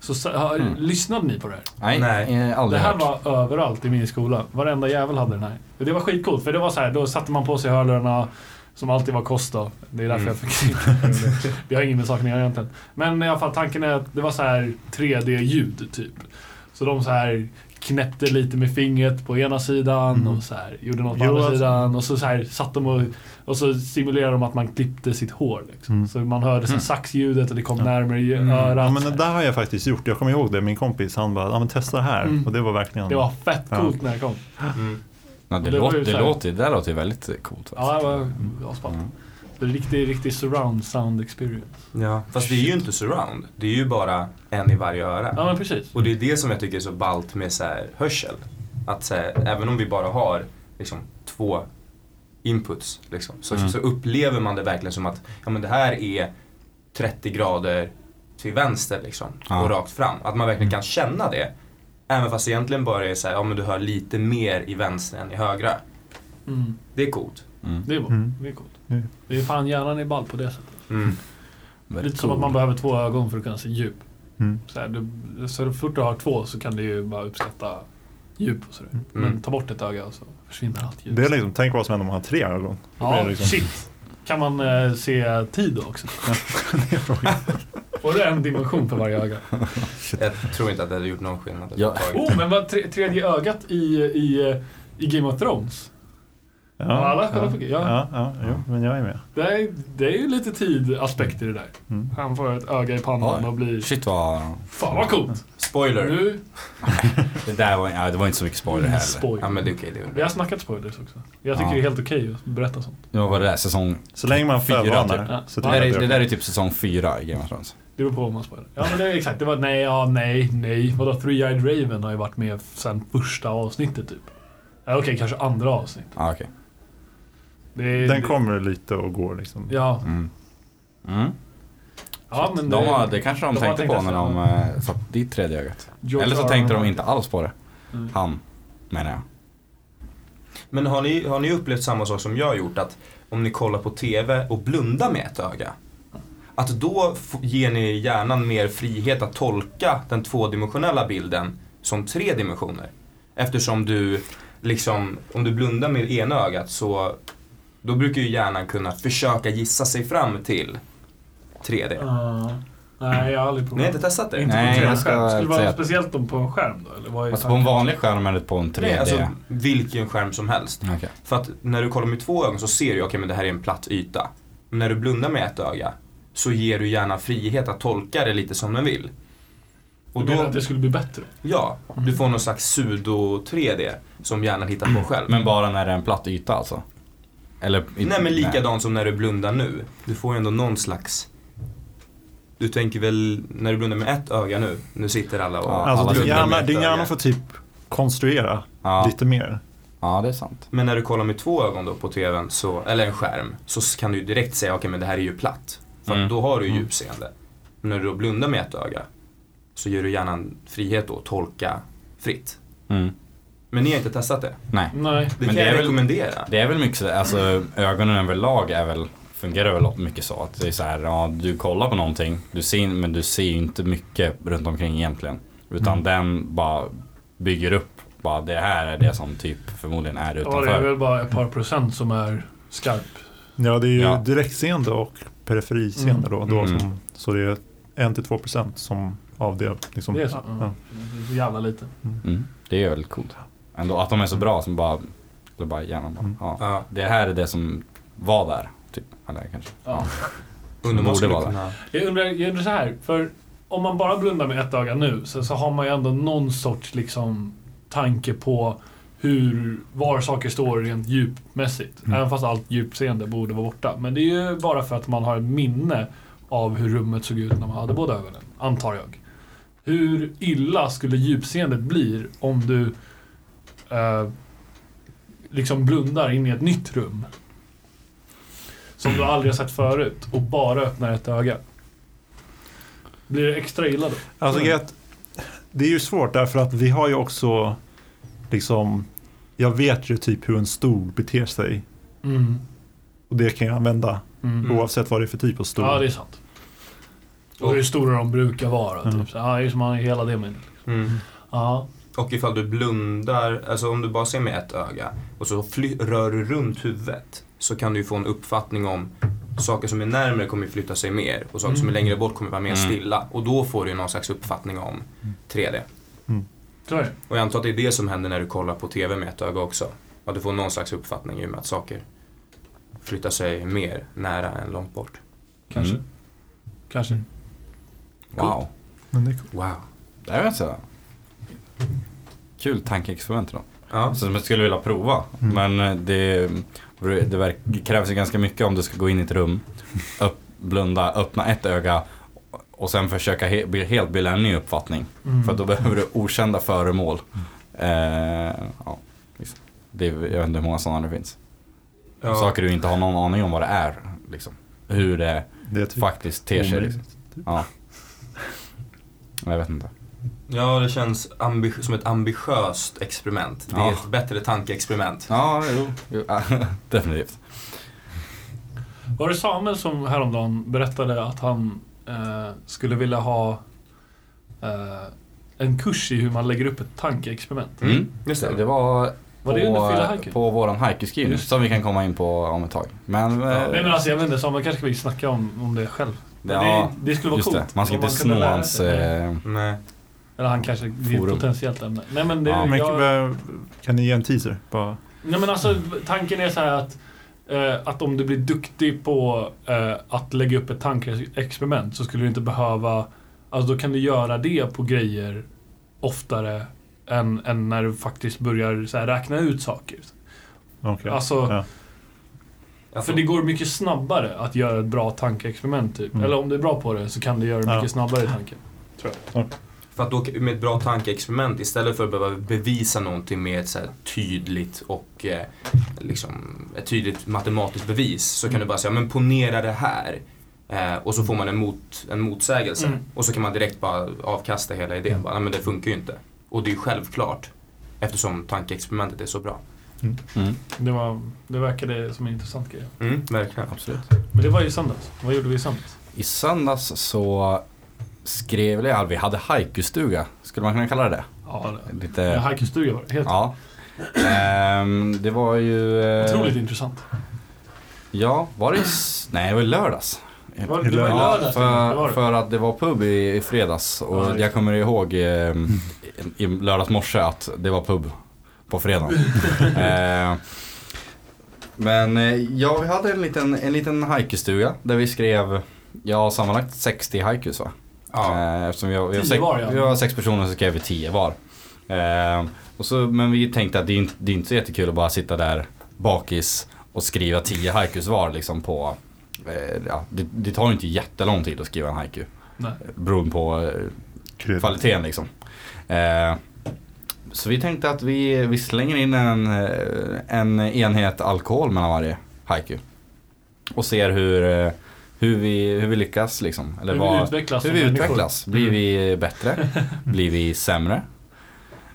Speaker 3: Så sa- har-
Speaker 5: Mm.
Speaker 3: lyssnade ni på det här?
Speaker 5: Nej,
Speaker 2: Nej.
Speaker 5: eh,
Speaker 3: Det
Speaker 5: aldrig
Speaker 3: här
Speaker 5: hört.
Speaker 3: var överallt i min skola. Varenda jävel hade den här. Och Det var skitcoolt, för det var så här, då satte man på sig hörlurarna som alltid var kost då. Det är därför
Speaker 2: Mm.
Speaker 3: jag fick Det har ingen med saken att göra egentligen. Men i alla fall, tanken är att det var så här 3D-ljud typ. Så de så här knäppte lite med fingret på ena sidan
Speaker 1: Mm.
Speaker 3: och så här gjorde något på
Speaker 1: Jo,
Speaker 3: andra
Speaker 1: alltså-
Speaker 3: sidan. Och så, så här satt de och, och så simulerade de att man klippte sitt hår. Liksom.
Speaker 1: Mm.
Speaker 3: Så man hörde så här saxljudet och det kom
Speaker 1: Ja.
Speaker 3: närmare i
Speaker 2: Mm.
Speaker 3: örat.
Speaker 1: Ja, men det
Speaker 3: så här.
Speaker 1: där har jag faktiskt gjort. Jag kommer ihåg det. Min kompis han bara, ja men testa det här.
Speaker 3: Mm.
Speaker 1: Och det var verkligen...
Speaker 3: det var fett
Speaker 1: Ja.
Speaker 3: coolt när det kom.
Speaker 2: Mm.
Speaker 5: Nej, det,
Speaker 3: det var
Speaker 5: låter,
Speaker 3: ju
Speaker 5: det,
Speaker 3: så här-
Speaker 5: låter, det där låter ju väldigt eh, coolt faktiskt.
Speaker 3: Ja, det var asballt.
Speaker 1: Mm.
Speaker 3: Det är Riktig, riktig surround sound experience.
Speaker 2: Ja. Fast det är ju inte surround. Det är ju bara en i varje öra.
Speaker 3: Ja men precis.
Speaker 2: Och det är det som jag tycker är så ballt med så här hörsel. att så här, även om vi bara har liksom, två inputs liksom, så,
Speaker 5: Mm.
Speaker 2: så upplever man det verkligen som att ja, men det här är 30 grader till vänster liksom,
Speaker 5: Ja.
Speaker 2: och rakt fram. Att man verkligen kan känna det. Även fast det egentligen bara är så här, ja men du hör lite mer i vänster än i högra.
Speaker 3: Mm.
Speaker 2: Det är coolt.
Speaker 3: Det är bra.
Speaker 1: Mm.
Speaker 3: Det är coolt.
Speaker 1: Mm.
Speaker 3: Det är fan hjärnan är ball på det sättet.
Speaker 2: Mm.
Speaker 5: Väldigt
Speaker 3: Lite som
Speaker 5: cool.
Speaker 3: att man behöver två ögon för att kunna se djup.
Speaker 1: Mm.
Speaker 3: Så, här, du, så fort du har två så kan du ju bara uppskatta djup och sådär.
Speaker 5: Mm.
Speaker 3: Men ta bort ett öga och så försvinner allt ljus.
Speaker 1: Det är liksom, tänk vad som händer om man har tre ögon. Då blir
Speaker 3: ja,
Speaker 1: det liksom-
Speaker 3: shit. Kan man eh, se tid då också? Får du en dimension för varje öga?
Speaker 2: Jag tror inte att det hade gjort någon skillnad.
Speaker 5: Ja.
Speaker 2: överhuvudtaget.
Speaker 3: (laughs) Oh, men vad tre, tredje ögat i, i, eh, i Game of Thrones?
Speaker 1: Ja,
Speaker 3: alla kollar
Speaker 1: ja,
Speaker 3: på- ja.
Speaker 1: ja, ja, jo, men jag är med.
Speaker 3: Det är, det är ju lite tidaspekt i det där.
Speaker 1: Mm.
Speaker 3: Han får ett öga i pannan
Speaker 5: Oj.
Speaker 3: och blir...
Speaker 5: Shit vad...
Speaker 3: Fan vad coolt!
Speaker 2: Spoiler!
Speaker 3: Nu...
Speaker 5: Det där var, ja, det var inte så mycket spoiler
Speaker 3: Mm,
Speaker 5: heller.
Speaker 2: Ja
Speaker 3: Spoiler.
Speaker 2: men det är okej. det är
Speaker 3: Vi
Speaker 2: okej.
Speaker 3: har snackat spoilers också. Jag tycker
Speaker 5: Ja.
Speaker 3: det är helt okej att berätta sånt.
Speaker 5: Det var det där säsong...
Speaker 1: Så länge man
Speaker 5: Fyra,
Speaker 1: förvarnar.
Speaker 5: typ.
Speaker 3: Ja.
Speaker 1: så
Speaker 5: Det
Speaker 1: tycker jag
Speaker 5: där, är,
Speaker 1: att
Speaker 5: det där är typ säsong fyra i Game of Thrones.
Speaker 3: Det beror på vad man spoilar. Ja men det är exakt, det var nej, ja, nej, nej. Vadå, Three-Eyed Raven har ju varit med sen första avsnittet typ. Ja, okej, kanske andra avsnitt.
Speaker 5: Ah, okay.
Speaker 3: Det är,
Speaker 1: Den kommer lite och går liksom.
Speaker 3: Ja,
Speaker 5: mm. Mm.
Speaker 3: ja men
Speaker 5: De
Speaker 3: det-
Speaker 5: har, det kanske de,
Speaker 3: de har
Speaker 5: tänkte
Speaker 3: tänkt
Speaker 5: på när de eh, satte dit tredje ögat.
Speaker 3: George
Speaker 5: Eller så
Speaker 3: R. R.
Speaker 5: tänkte de
Speaker 3: Martin.
Speaker 5: inte alls på det.
Speaker 3: Mm.
Speaker 5: Han, menar jag.
Speaker 2: Men har ni, har ni upplevt samma sak som jag har gjort? Att om ni kollar på TV och blundar med ett öga. Att då f- ger ni hjärnan mer frihet att tolka den tvådimensionella bilden som tre dimensioner. Eftersom du, liksom, om du blundar med ena ögat så då brukar ju hjärnan kunna försöka gissa sig fram till 3D.
Speaker 3: Ja. nej, jag har aldrig provat.
Speaker 2: Ni har inte testat det?
Speaker 3: Inte
Speaker 5: Nej,
Speaker 3: på en
Speaker 5: jag ska
Speaker 3: skärm. Skulle det vara
Speaker 5: säga-
Speaker 3: speciellt om på en skärm då? Eller vad är
Speaker 5: Alltså på en vanlig skärm eller på en 3D?
Speaker 2: Nej, alltså vilken skärm som helst.
Speaker 5: Okej.
Speaker 2: För att när du kollar med två ögon så ser du, okej men det här är en platt yta. Men när du blundar med ett öga så ger du hjärnan frihet att tolka det lite som den vill.
Speaker 3: och
Speaker 2: Och
Speaker 3: du menar
Speaker 2: då,
Speaker 3: att det skulle bli bättre?
Speaker 2: ja, du får någon slags pseudo-3D som hjärnan hittar på själv.
Speaker 5: Men bara när det är en platt yta alltså? Eller? i-
Speaker 2: Nej men likadant som när du blundar nu. Du får ju ändå någon slags... Du tänker väl, när du blundar med ett öga nu, nu sitter alla och...
Speaker 5: Ja, alla
Speaker 1: Alltså
Speaker 5: sitter
Speaker 1: din
Speaker 2: blundar med
Speaker 1: hjärna,
Speaker 2: ett
Speaker 1: din
Speaker 2: öga.
Speaker 1: hjärna får typ konstruera
Speaker 5: Ja.
Speaker 1: lite mer.
Speaker 5: ja, det är sant.
Speaker 2: Men när du kollar med två ögon då på tvn, så, eller en skärm, så kan du ju direkt säga okej men det här är ju platt. För att
Speaker 5: Mm.
Speaker 2: då har du ju djupseende. Men när du då blundar med ett öga så ger du hjärnan frihet då att tolka fritt.
Speaker 5: Mm.
Speaker 2: Men ni har inte testat det.
Speaker 5: Nej.
Speaker 3: Nej.
Speaker 2: Det
Speaker 5: Men
Speaker 2: kan
Speaker 5: det är
Speaker 2: jag
Speaker 5: väl-
Speaker 2: rekommendera.
Speaker 5: Det är väl mycket så, alltså ögonen överlag är väl, fungerar väl mycket så att det är så här, ja, du kollar på någonting, du ser, men du ser ju inte mycket runt omkring egentligen. Utan
Speaker 3: Mm.
Speaker 5: den bara bygger upp, bara det här är det som typ förmodligen är
Speaker 3: Ja, det är
Speaker 5: utanför.
Speaker 3: väl bara ett par procent som är skarp.
Speaker 1: Ja, det är ju
Speaker 5: Ja.
Speaker 1: direktseende och periferiseende då. då
Speaker 5: Mm.
Speaker 1: som, så det är 1-2 procent som av det. Liksom.
Speaker 3: Det är så? Mm.
Speaker 1: Ja.
Speaker 3: Ja. Det är så jävla lite.
Speaker 5: Mm. Det är väl coolt. Ändå att de är så bra som bara, eller bara hjärnan
Speaker 3: Mm.
Speaker 5: bara, ja.
Speaker 2: Ja,
Speaker 5: Det här är det som var där, typ. Eller kanske. Mm.
Speaker 3: Ja.
Speaker 2: undrar om man
Speaker 5: Borde
Speaker 2: skulle
Speaker 5: vara
Speaker 2: kunna...
Speaker 3: Jag undrar, jag undrar så här, för om man bara blundar med ett öga nu så, så har man ju ändå någon sorts liksom, tanke på hur, var saker står rent djupmässigt. Även fast allt djupseende borde vara borta. Men det är ju bara för att man har ett minne av hur rummet såg ut när man hade båda ögonen, antar jag. Hur illa skulle djupseendet bli om du eh, liksom blundar in i ett nytt rum? Som du aldrig har sett förut och bara öppnar ett öga. Blir det extra illa då?
Speaker 1: Alltså, grejen är att det är ju svårt därför att vi har ju också liksom, jag vet ju typ hur en stol beter sig
Speaker 3: Mm.
Speaker 1: och det kan jag använda
Speaker 3: Mm.
Speaker 1: oavsett vad det är för typ av stol.
Speaker 3: Ja, det är sant. Och hur stora de brukar vara.
Speaker 1: Mm.
Speaker 3: Typ. Så, ja, det är som man har hela det minnet.
Speaker 2: Mm.
Speaker 3: Ja.
Speaker 2: Och ifall du blundar, alltså om du bara ser med ett öga och så fly, rör du runt huvudet så kan du ju få en uppfattning om saker som är närmare kommer ju flytta sig mer och saker som är
Speaker 3: Mm.
Speaker 2: längre bort kommer vara mer
Speaker 5: Mm.
Speaker 2: stilla. Och då får du ju någon slags uppfattning om 3D.
Speaker 3: Så är det.
Speaker 2: Och jag antar att det är det som händer när du kollar på TV med ett öga också. Att du får någon slags uppfattning i och med att saker flyttar sig mer nära än långt bort.
Speaker 3: Kanske.
Speaker 5: Mm.
Speaker 3: Kanske.
Speaker 5: Wow.
Speaker 1: Men det är coolt.
Speaker 2: Wow.
Speaker 5: Det är så. Kul tankeexperiment då.
Speaker 2: Ja.
Speaker 5: Som jag skulle vilja prova.
Speaker 2: Mm.
Speaker 5: Men eh, det, det verk, krävs ju ganska mycket om du ska gå in i ett rum, upp, blunda, öppna ett öga
Speaker 2: Mm.
Speaker 5: och sen försöka he, bli- helt bilda en ny uppfattning. För att då behöver du okända föremål. Eh, ja, liksom. det, är- jag vet inte hur många sådana det finns.
Speaker 2: Ja.
Speaker 5: Saker du inte har någon aning om vad det är. Liksom. Hur det
Speaker 1: Det är typ
Speaker 5: faktiskt ter sig. Liksom.
Speaker 1: omöjligt.
Speaker 5: Ja. Jag vet inte.
Speaker 2: Ja, det känns ambi- som ett ambitiöst experiment. Det är
Speaker 5: Ja.
Speaker 2: ett bättre tankeexperiment.
Speaker 5: Ja, jo. jo ja, (laughs) definitivt.
Speaker 3: Var det Samuel som häromdagen berättade att han eh, skulle vilja ha eh, en kurs i hur man lägger upp ett tankeexperiment?
Speaker 5: Mm.
Speaker 2: Just det.
Speaker 5: Det var
Speaker 3: Var det under Fylla Haiku?
Speaker 5: på, på våran haikuskrivning
Speaker 3: Just.
Speaker 5: som vi kan komma in på om ett tag. Men, eh,
Speaker 3: Nej men alltså jag vet inte, Samuel kanske vill snacka om, om det själv. Men
Speaker 5: ja,
Speaker 3: det, det skulle vara
Speaker 5: just
Speaker 3: coolt.
Speaker 5: det. Man ska
Speaker 3: om
Speaker 5: inte
Speaker 3: kunde
Speaker 5: sno
Speaker 3: lära
Speaker 5: hans...
Speaker 3: sig det.
Speaker 5: Eh,
Speaker 2: Nej.
Speaker 3: Eller han kanske, det är ett
Speaker 5: forum.
Speaker 3: potentiellt ämne. Nej men, det,
Speaker 5: Ja,
Speaker 1: Men,
Speaker 3: jag,
Speaker 1: Kan ni ge en teaser? Bara.
Speaker 3: nej, men alltså tanken är så här att, eh, att om du blir duktig på eh, att lägga upp ett tankeexperiment så skulle du inte behöva, alltså då kan du göra det på grejer oftare än, än när du faktiskt börjar så här, räkna ut saker.
Speaker 1: Okej.
Speaker 3: Alltså,
Speaker 1: Ja.
Speaker 2: Alltså,
Speaker 3: För det går mycket snabbare att göra ett bra tankeexperiment typ.
Speaker 1: Mm.
Speaker 3: Eller om du är bra på det så kan du göra det
Speaker 1: Ja.
Speaker 3: mycket snabbare i tanken.
Speaker 2: För att då med ett bra tankeexperiment istället för att behöva bevisa någonting med ett så här tydligt och eh, liksom ett tydligt matematiskt bevis så kan du bara säga men ponera det här eh, och så får man en, mot, en motsägelse
Speaker 3: Mm.
Speaker 2: och så kan man direkt bara avkasta hela idén. Bara, nej men det funkar ju inte. Och det är ju självklart eftersom tankeexperimentet är så bra.
Speaker 5: mm,
Speaker 3: Det, var, det verkade som en intressant grej.
Speaker 2: Mm, verkligen.
Speaker 5: absolut.
Speaker 3: Men det var ju i söndags. Vad gjorde vi i söndags?
Speaker 5: I söndags så skrev jag, vi hade haikustuga, skulle man kunna kalla det
Speaker 3: Ja, det-
Speaker 5: det? Lite,
Speaker 3: Ja, Haikustuga var det. Helt
Speaker 5: ja. Ehm, det var ju... eh,
Speaker 3: otroligt intressant.
Speaker 5: Ja, var det i s- Nej, det var i lördags.
Speaker 3: Det var,
Speaker 1: det
Speaker 3: det var i
Speaker 1: var-
Speaker 3: lördags. det var
Speaker 5: För,
Speaker 3: det.
Speaker 5: för att det var pub i, i fredags och
Speaker 3: Ja, just.
Speaker 5: jag kommer ihåg eh, i, i lördags morse att det var pub på fredagen.
Speaker 3: (laughs)
Speaker 5: eh, men eh, ja, vi hade en liten, en liten haikustuga där vi skrev ja, sammanlagt 60 haikus va?
Speaker 2: Ja.
Speaker 5: Eh, Eftersom vi var, vi, var
Speaker 3: Tio
Speaker 5: sex,
Speaker 3: var, ja.
Speaker 5: vi var sex personer så skrev vi tio var. Eh, och så, men vi tänkte att det är, inte, det är inte så jättekul att bara sitta där bakis och skriva tio haikus var liksom på eh, ja, det, det tar ju inte jättelång tid att skriva en haiku.
Speaker 3: Nej.
Speaker 5: Beroende på eh,
Speaker 1: Krydd.
Speaker 5: kvaliteten liksom. Eh, så vi tänkte att vi, vi slänger in en, eh, en enhet alkohol mellan varje haiku. Och ser hur, eh, hur, vi, hur vi lyckas liksom. Eller
Speaker 3: Hur vi
Speaker 5: vad,
Speaker 3: utvecklas
Speaker 5: hur
Speaker 3: som
Speaker 5: vi
Speaker 3: Alltså, människor. Mm.
Speaker 5: utvecklas. Blir vi
Speaker 3: (laughs)
Speaker 5: bättre? Blir vi sämre?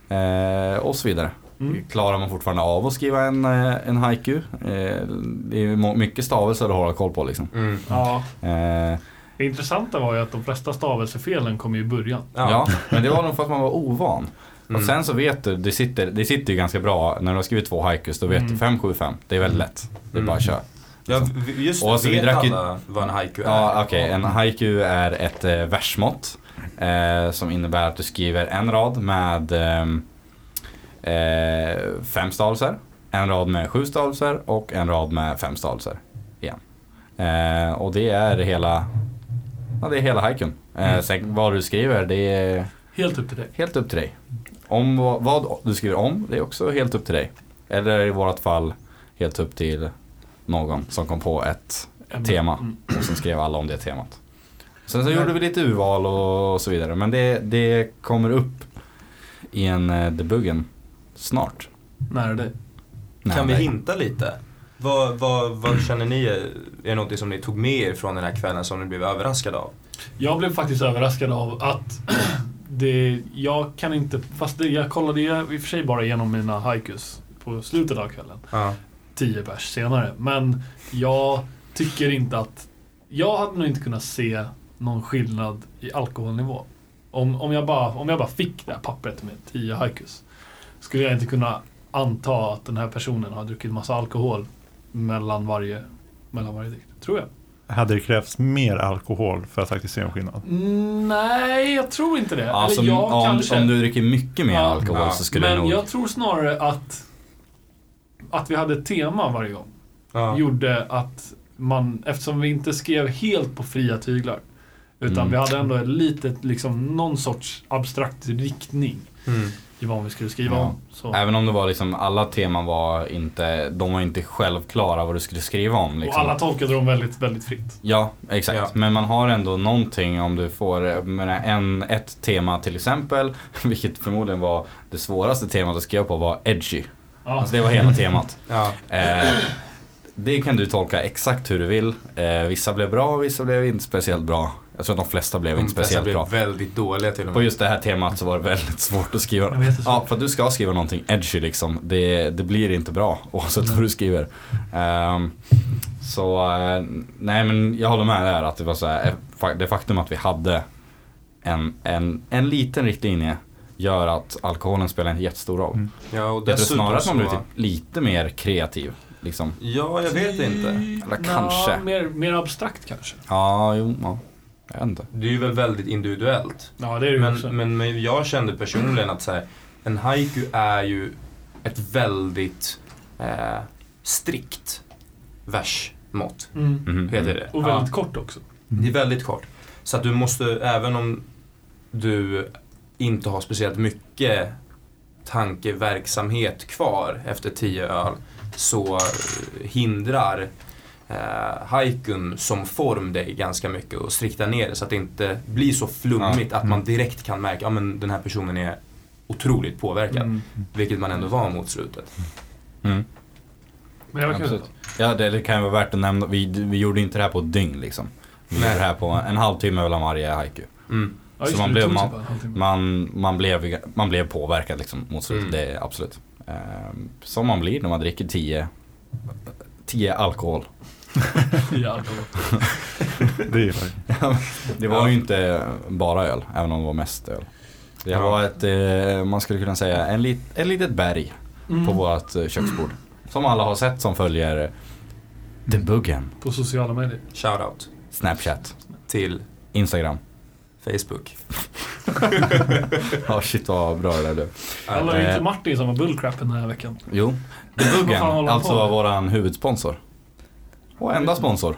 Speaker 5: Eh, och så vidare.
Speaker 3: Mm.
Speaker 5: Klarar man fortfarande av att skriva en, eh, en haiku? Eh, det är ju må- mycket stavelser att hålla koll på liksom.
Speaker 2: Mm.
Speaker 3: Ja.
Speaker 5: Eh,
Speaker 3: Det intressanta var ju att de flesta stavelsefelen kom ju i början.
Speaker 5: Ja.
Speaker 2: Ja.
Speaker 5: men det var nog för att man var ovan.
Speaker 2: Mm.
Speaker 5: Och sen så vet du, det sitter, det sitter ju ganska bra när du har skrivit två haikus, då vet
Speaker 3: Mm.
Speaker 5: du 5, 7, 5. Det är väldigt lätt. Det är bara att köra.
Speaker 2: Ja, vi- just
Speaker 5: Och
Speaker 2: det,
Speaker 5: så vi
Speaker 2: vet
Speaker 5: drack ju-
Speaker 2: alla vad en haiku är?
Speaker 5: Ja, okej. En haiku är ett eh, versmått eh, som innebär att du skriver en rad med ehm, eh, fem stavelser, en rad med sju stavelser och en rad med fem stavelser igen. Eh, och det är hela, ja, det är hela haikun. Eh, Sen vad du skriver, det är
Speaker 3: Helt upp till dig.
Speaker 5: Helt upp till dig. Om vad, vad du skriver om, det är också helt upp till dig. Eller i vårt fall, helt upp till någon som kom på ett
Speaker 3: Ämne.
Speaker 5: tema.
Speaker 3: Mm.
Speaker 5: Och sen skrev alla om det temat. Sen så gjorde vi lite urval och så vidare. Men det, det kommer upp i en eh, debuggen snart.
Speaker 3: Nära dig.
Speaker 5: Nej,
Speaker 2: Kan vi
Speaker 5: nej.
Speaker 2: hinta lite? Vad, vad, vad känner ni eh, är något som ni tog med er från den här kvällen som ni blev överraskade av?
Speaker 3: Jag blev faktiskt överraskad av att (clears throat) det, jag kan inte, fast det, jag kollade ju i och för sig bara igenom mina haikus på slutet av kvällen.
Speaker 2: Ja.
Speaker 3: 10 pers senare. Men jag tycker inte att... Jag hade nog inte kunnat se någon skillnad i alkoholnivå. Om, om, jag, bara, om jag bara fick det här pappret med 10 haikus skulle jag inte kunna anta att den här personen har druckit massa alkohol mellan varje, mellan varje dikt. Tror jag.
Speaker 1: Hade det krävts mer alkohol för att faktiskt se en skillnad?
Speaker 3: Mm, Nej, jag tror inte det.
Speaker 5: Alltså,
Speaker 3: Eller jag
Speaker 5: om,
Speaker 3: kanske.
Speaker 5: om du dricker mycket mer
Speaker 3: Ja.
Speaker 5: alkohol
Speaker 2: Ja.
Speaker 5: så skulle
Speaker 3: men
Speaker 5: det nog...
Speaker 3: jag tror snarare att, att vi hade ett tema varje gång.
Speaker 2: Ja.
Speaker 3: gjorde att man, eftersom vi inte skrev helt på fria tyglar, utan
Speaker 5: Mm.
Speaker 3: vi hade ändå ett litet, liksom, någon sorts abstrakt riktning,
Speaker 2: Mm.
Speaker 3: i vad vi skulle skriva
Speaker 5: Ja.
Speaker 3: om. Så.
Speaker 5: Även om det var liksom, alla teman var inte, de var inte självklara vad du skulle skriva om.
Speaker 3: Och
Speaker 5: Liksom.
Speaker 3: alla tolkade dem väldigt, väldigt fritt.
Speaker 5: Ja, exakt.
Speaker 2: Ja.
Speaker 5: Men man har ändå någonting om du får eh, menar, en, ett tema till exempel, (laughs) vilket förmodligen var det svåraste temat att skriva på var edgy.
Speaker 3: Ja.
Speaker 5: Alltså det var hela temat.
Speaker 2: Ja.
Speaker 5: Eh, det kan du tolka exakt hur du vill. Eh, vissa blev bra, vissa blev inte speciellt bra. Jag tror att de flesta blev inte
Speaker 2: Mm, Dessa
Speaker 5: speciellt
Speaker 2: blev
Speaker 5: bra.
Speaker 2: väldigt dåliga till och
Speaker 5: På
Speaker 2: med.
Speaker 5: just det här temat så var det väldigt svårt att
Speaker 3: Jag
Speaker 5: skriva.
Speaker 3: vet inte.
Speaker 5: Ja, för att du ska skriva någonting edgy liksom. Det, det blir inte bra (laughs) oavsett vad du skriver. Ehm, så eh, nej men jag håller med där att det var så här, eh, fa- det faktum att vi hade en, en, en liten riktlinje gör att alkoholen spelar en jättestor roll.
Speaker 1: Mm.
Speaker 2: Ja, och
Speaker 5: Jag tror
Speaker 2: dessutom
Speaker 5: snarare att man
Speaker 2: så-
Speaker 5: blir typ lite mer kreativ. Liksom.
Speaker 2: Ja, jag vet inte.
Speaker 5: Eller
Speaker 3: Nå,
Speaker 5: kanske.
Speaker 3: Mer, mer abstrakt kanske.
Speaker 5: Ja, jo, ja. Jag vet inte.
Speaker 2: Det är ju väl väldigt individuellt.
Speaker 3: Ja, det är det ju också.
Speaker 2: Men, men, men jag kände personligen att så här, en haiku är ju ett väldigt eh, strikt versmått.
Speaker 3: Mm.
Speaker 5: Mhm.
Speaker 2: Heter det.
Speaker 3: Och väldigt kort också.
Speaker 2: ja, det är väldigt kort. Så att du måste, även om du inte har speciellt mycket tankeverksamhet kvar efter tio öl så hindrar eh, haikun som form dig ganska mycket och striktar ner det så att det inte blir så flummigt att man direkt kan märka att ja, men den här personen är otroligt påverkad.
Speaker 3: Mm.
Speaker 2: Vilket man ändå var mot slutet.
Speaker 5: Mm.
Speaker 3: Men det var kul.
Speaker 5: Absolut. Ja, det, det kan ju vara värt att nämna. Vi, vi gjorde inte det här på ett dygn liksom. Vi
Speaker 2: Nej.
Speaker 5: gjorde det här på en halvtimme mellan varje haiku.
Speaker 2: Mm.
Speaker 3: Ja, just
Speaker 5: Så man
Speaker 3: det, det
Speaker 5: blev-
Speaker 3: tog sig
Speaker 5: man-
Speaker 3: bara en halvtimme. (laughs)
Speaker 5: Man, man, blev, man blev påverkad liksom mot slutet,
Speaker 2: Mm.
Speaker 5: det är absolut. Ehm, som man blir när man dricker 10 10 alkohol.
Speaker 3: Tio alkohol.
Speaker 1: Det gillar jag.
Speaker 5: Det var ju inte bara öl, även om det var mest öl. Det
Speaker 2: Ja.
Speaker 5: var ett, eh, man skulle kunna säga, en lit, ett litet berg
Speaker 3: Mm.
Speaker 5: på vårt eh, köksbord. Som alla har sett som följer eh, debuggen,
Speaker 3: På sociala medier.
Speaker 2: Shoutout
Speaker 5: Snapchat,
Speaker 2: till
Speaker 5: Instagram.
Speaker 2: Facebook.
Speaker 5: Ja shit vad bra det där blev.
Speaker 3: Alla
Speaker 5: Eh.
Speaker 3: är inte Martin som var bullcrapen den här veckan.
Speaker 5: Jo,
Speaker 3: Vad
Speaker 5: debuggen,
Speaker 3: fan håller han
Speaker 5: alltså
Speaker 3: på med?
Speaker 5: våran huvudsponsor. Och enda sponsor.